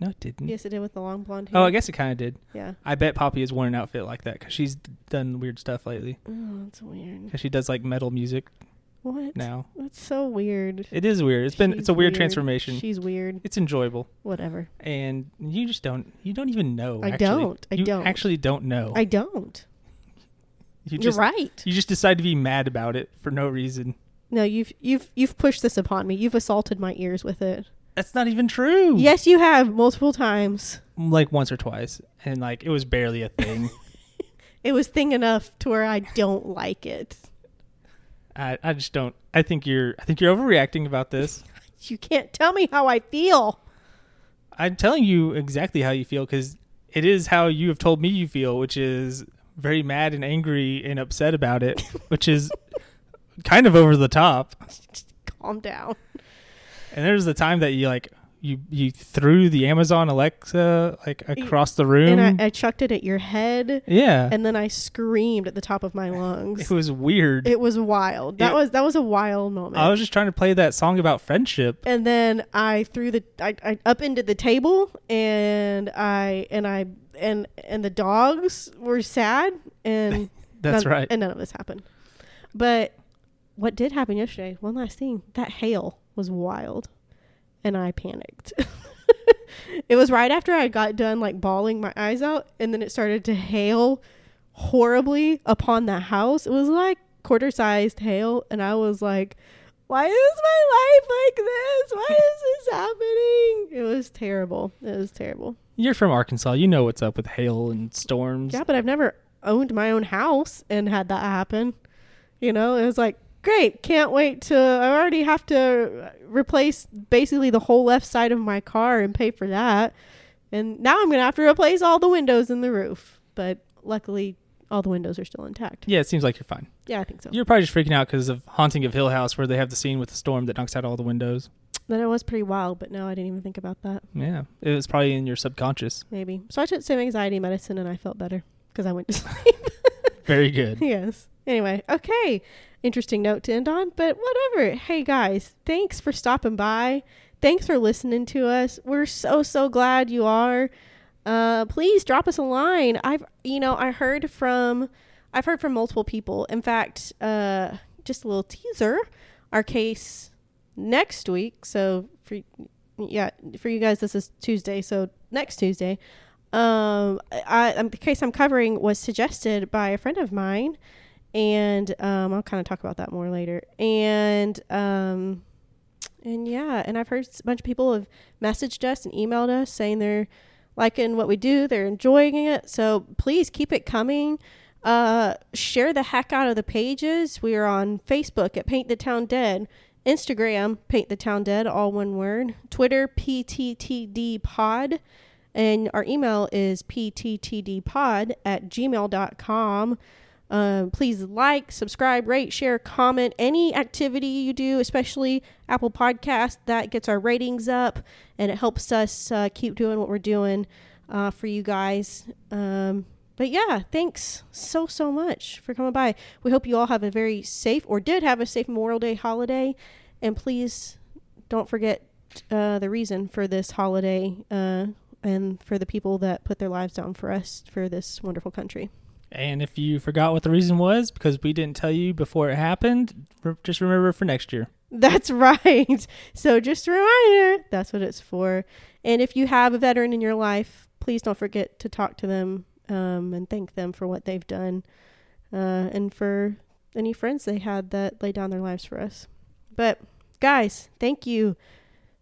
[SPEAKER 2] no, it didn't.
[SPEAKER 1] Yes, it did with the long blonde hair.
[SPEAKER 2] Hmm? Oh, I guess it kind of did.
[SPEAKER 1] yeah.
[SPEAKER 2] I bet Poppy has worn an outfit like that because she's d- done weird stuff lately.
[SPEAKER 1] Oh, that's weird.
[SPEAKER 2] Because she does like metal music
[SPEAKER 1] What?
[SPEAKER 2] now.
[SPEAKER 1] That's so weird.
[SPEAKER 2] It is weird. It's been it's
[SPEAKER 1] She's
[SPEAKER 2] a weird, transformation.
[SPEAKER 1] She's weird.
[SPEAKER 2] it's enjoyable,
[SPEAKER 1] Whatever.
[SPEAKER 2] and you just don't you don't even know.
[SPEAKER 1] I
[SPEAKER 2] actually.
[SPEAKER 1] don't. I
[SPEAKER 2] You
[SPEAKER 1] don't.
[SPEAKER 2] actually don't know.
[SPEAKER 1] I don't.
[SPEAKER 2] Oh. You
[SPEAKER 1] You're
[SPEAKER 2] just
[SPEAKER 1] right.
[SPEAKER 2] you just decide to be mad about it for no reason.
[SPEAKER 1] No, you've you've you've pushed this upon me. You've assaulted my ears with it.
[SPEAKER 2] That's not even true.
[SPEAKER 1] Yes, you have multiple times.
[SPEAKER 2] Like once or twice. And like it was barely
[SPEAKER 1] *laughs*
[SPEAKER 2] a thing.
[SPEAKER 1] It was thing enough to where I don't like it.
[SPEAKER 2] I, I just don't I think you're I think you're overreacting about this.
[SPEAKER 1] You can't tell me how I feel.
[SPEAKER 2] I'm telling you exactly how you feel cuz it is how you have told me you feel, which is very mad and angry and upset
[SPEAKER 1] *laughs*
[SPEAKER 2] about it, which is kind of over the top.
[SPEAKER 1] Calm down.
[SPEAKER 2] And there's the time that you like you you threw the Amazon Alexa like across the room.
[SPEAKER 1] And I, I chucked it at your head.
[SPEAKER 2] yeah.
[SPEAKER 1] *laughs* and then I screamed at the top of my lungs.
[SPEAKER 2] it was weird.
[SPEAKER 1] it was wild. That
[SPEAKER 2] It-
[SPEAKER 1] was that was a wild moment.
[SPEAKER 2] I was just trying to play that song about friendship.
[SPEAKER 1] and then I threw the I, I upended the table and I and I and and the dogs were sad and
[SPEAKER 2] That's
[SPEAKER 1] none-
[SPEAKER 2] right.
[SPEAKER 1] And none of this happened. But what did happen yesterday? One last thing. That hail was wild, and I panicked. *laughs* it was right after I got done like bawling my eyes out, and then it started to hail horribly upon that house. It was like quarter sized hail, and I was like, why is my life like this? Why is this happening? It was terrible. It was terrible.
[SPEAKER 2] You're from Arkansas. You know what's up with hail and storms.
[SPEAKER 1] Yeah, but I've never owned my own house and had that happen. You know, it was like, great, can't wait to. I already have to replace basically the whole left side of my car and pay for that. And now I'm going to have to replace all the windows and the roof. But luckily, all the windows are still intact.
[SPEAKER 2] Yeah, it seems like you're fine.
[SPEAKER 1] Yeah, I think so.
[SPEAKER 2] You're probably just freaking out because of Haunting of Hill House, where they have the scene with the storm that knocks out all the windows.
[SPEAKER 1] Then it was pretty wild, but no, I didn't even think about that.
[SPEAKER 2] Yeah, it was probably in your subconscious.
[SPEAKER 1] Maybe. So I took some anxiety medicine and I felt better because I went to *laughs* sleep. *laughs*
[SPEAKER 2] Very good.
[SPEAKER 1] yes. Anyway, okay. Interesting note to end on, but whatever. Hey guys, thanks for stopping by. Thanks for listening to us. We're so so glad you are. Uh, please drop us a line. I've you know I heard from I've heard from multiple people. In fact, uh, just a little teaser. Our case next week. So for yeah for you guys this is Tuesday. So next Tuesday. Um, I, I, the case I'm covering was suggested by a friend of mine and um, I'll kind of talk about that more later. And um, and yeah, and I've heard a bunch of people have messaged us and emailed us saying they're liking what we do, they're enjoying it. So please keep it coming. Uh, share the heck out of the pages. We are on Facebook at Paint the Town Dead, Instagram Paint the Town Dead, all one word, Twitter PTTD Pod. And our email is pttdpod at gmail.com. Um, please like, subscribe, rate, share, comment. Any activity you do, especially Apple Podcast, that gets our ratings up and it helps us uh, keep doing what we're doing uh, for you guys. Um, but yeah, thanks so, so much for coming by. We hope you all have a very safe or did have a safe Memorial Day holiday. And please don't forget uh, the reason for this holiday uh, and for the people that put their lives down for us for this wonderful country.
[SPEAKER 2] And if you forgot what the reason was because we didn't tell you before it happened, re- just remember for next year.
[SPEAKER 1] That's *laughs* right. So just a reminder, that's what it's for. And if you have a veteran in your life, please don't forget to talk to them um, and thank them for what they've done uh, and for any friends they had that laid down their lives for us. But guys, thank you.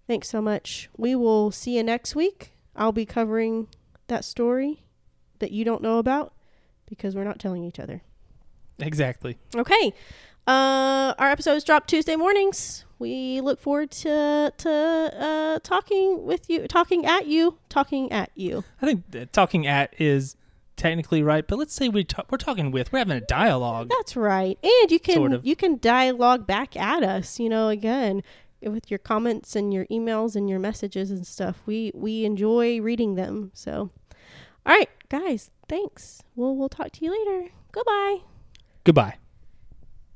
[SPEAKER 1] Thanks so much. We will see you next week. I'll be covering that story that you don't know about because we're not telling each other.
[SPEAKER 2] Exactly.
[SPEAKER 1] Okay. Uh, our episodes drop Tuesday mornings. We look forward to to uh, talking with you, talking at you, talking at you.
[SPEAKER 2] I think that talking at is technically right, but let's say we ta- we're talking with, we're having a dialogue.
[SPEAKER 1] That's right. And you can
[SPEAKER 2] Sort of.
[SPEAKER 1] you can dialogue back at us. You know, again with your comments and your emails and your messages and stuff. We we enjoy reading them. So, all right, guys, thanks. We'll we'll talk to you later. Goodbye.
[SPEAKER 2] Goodbye.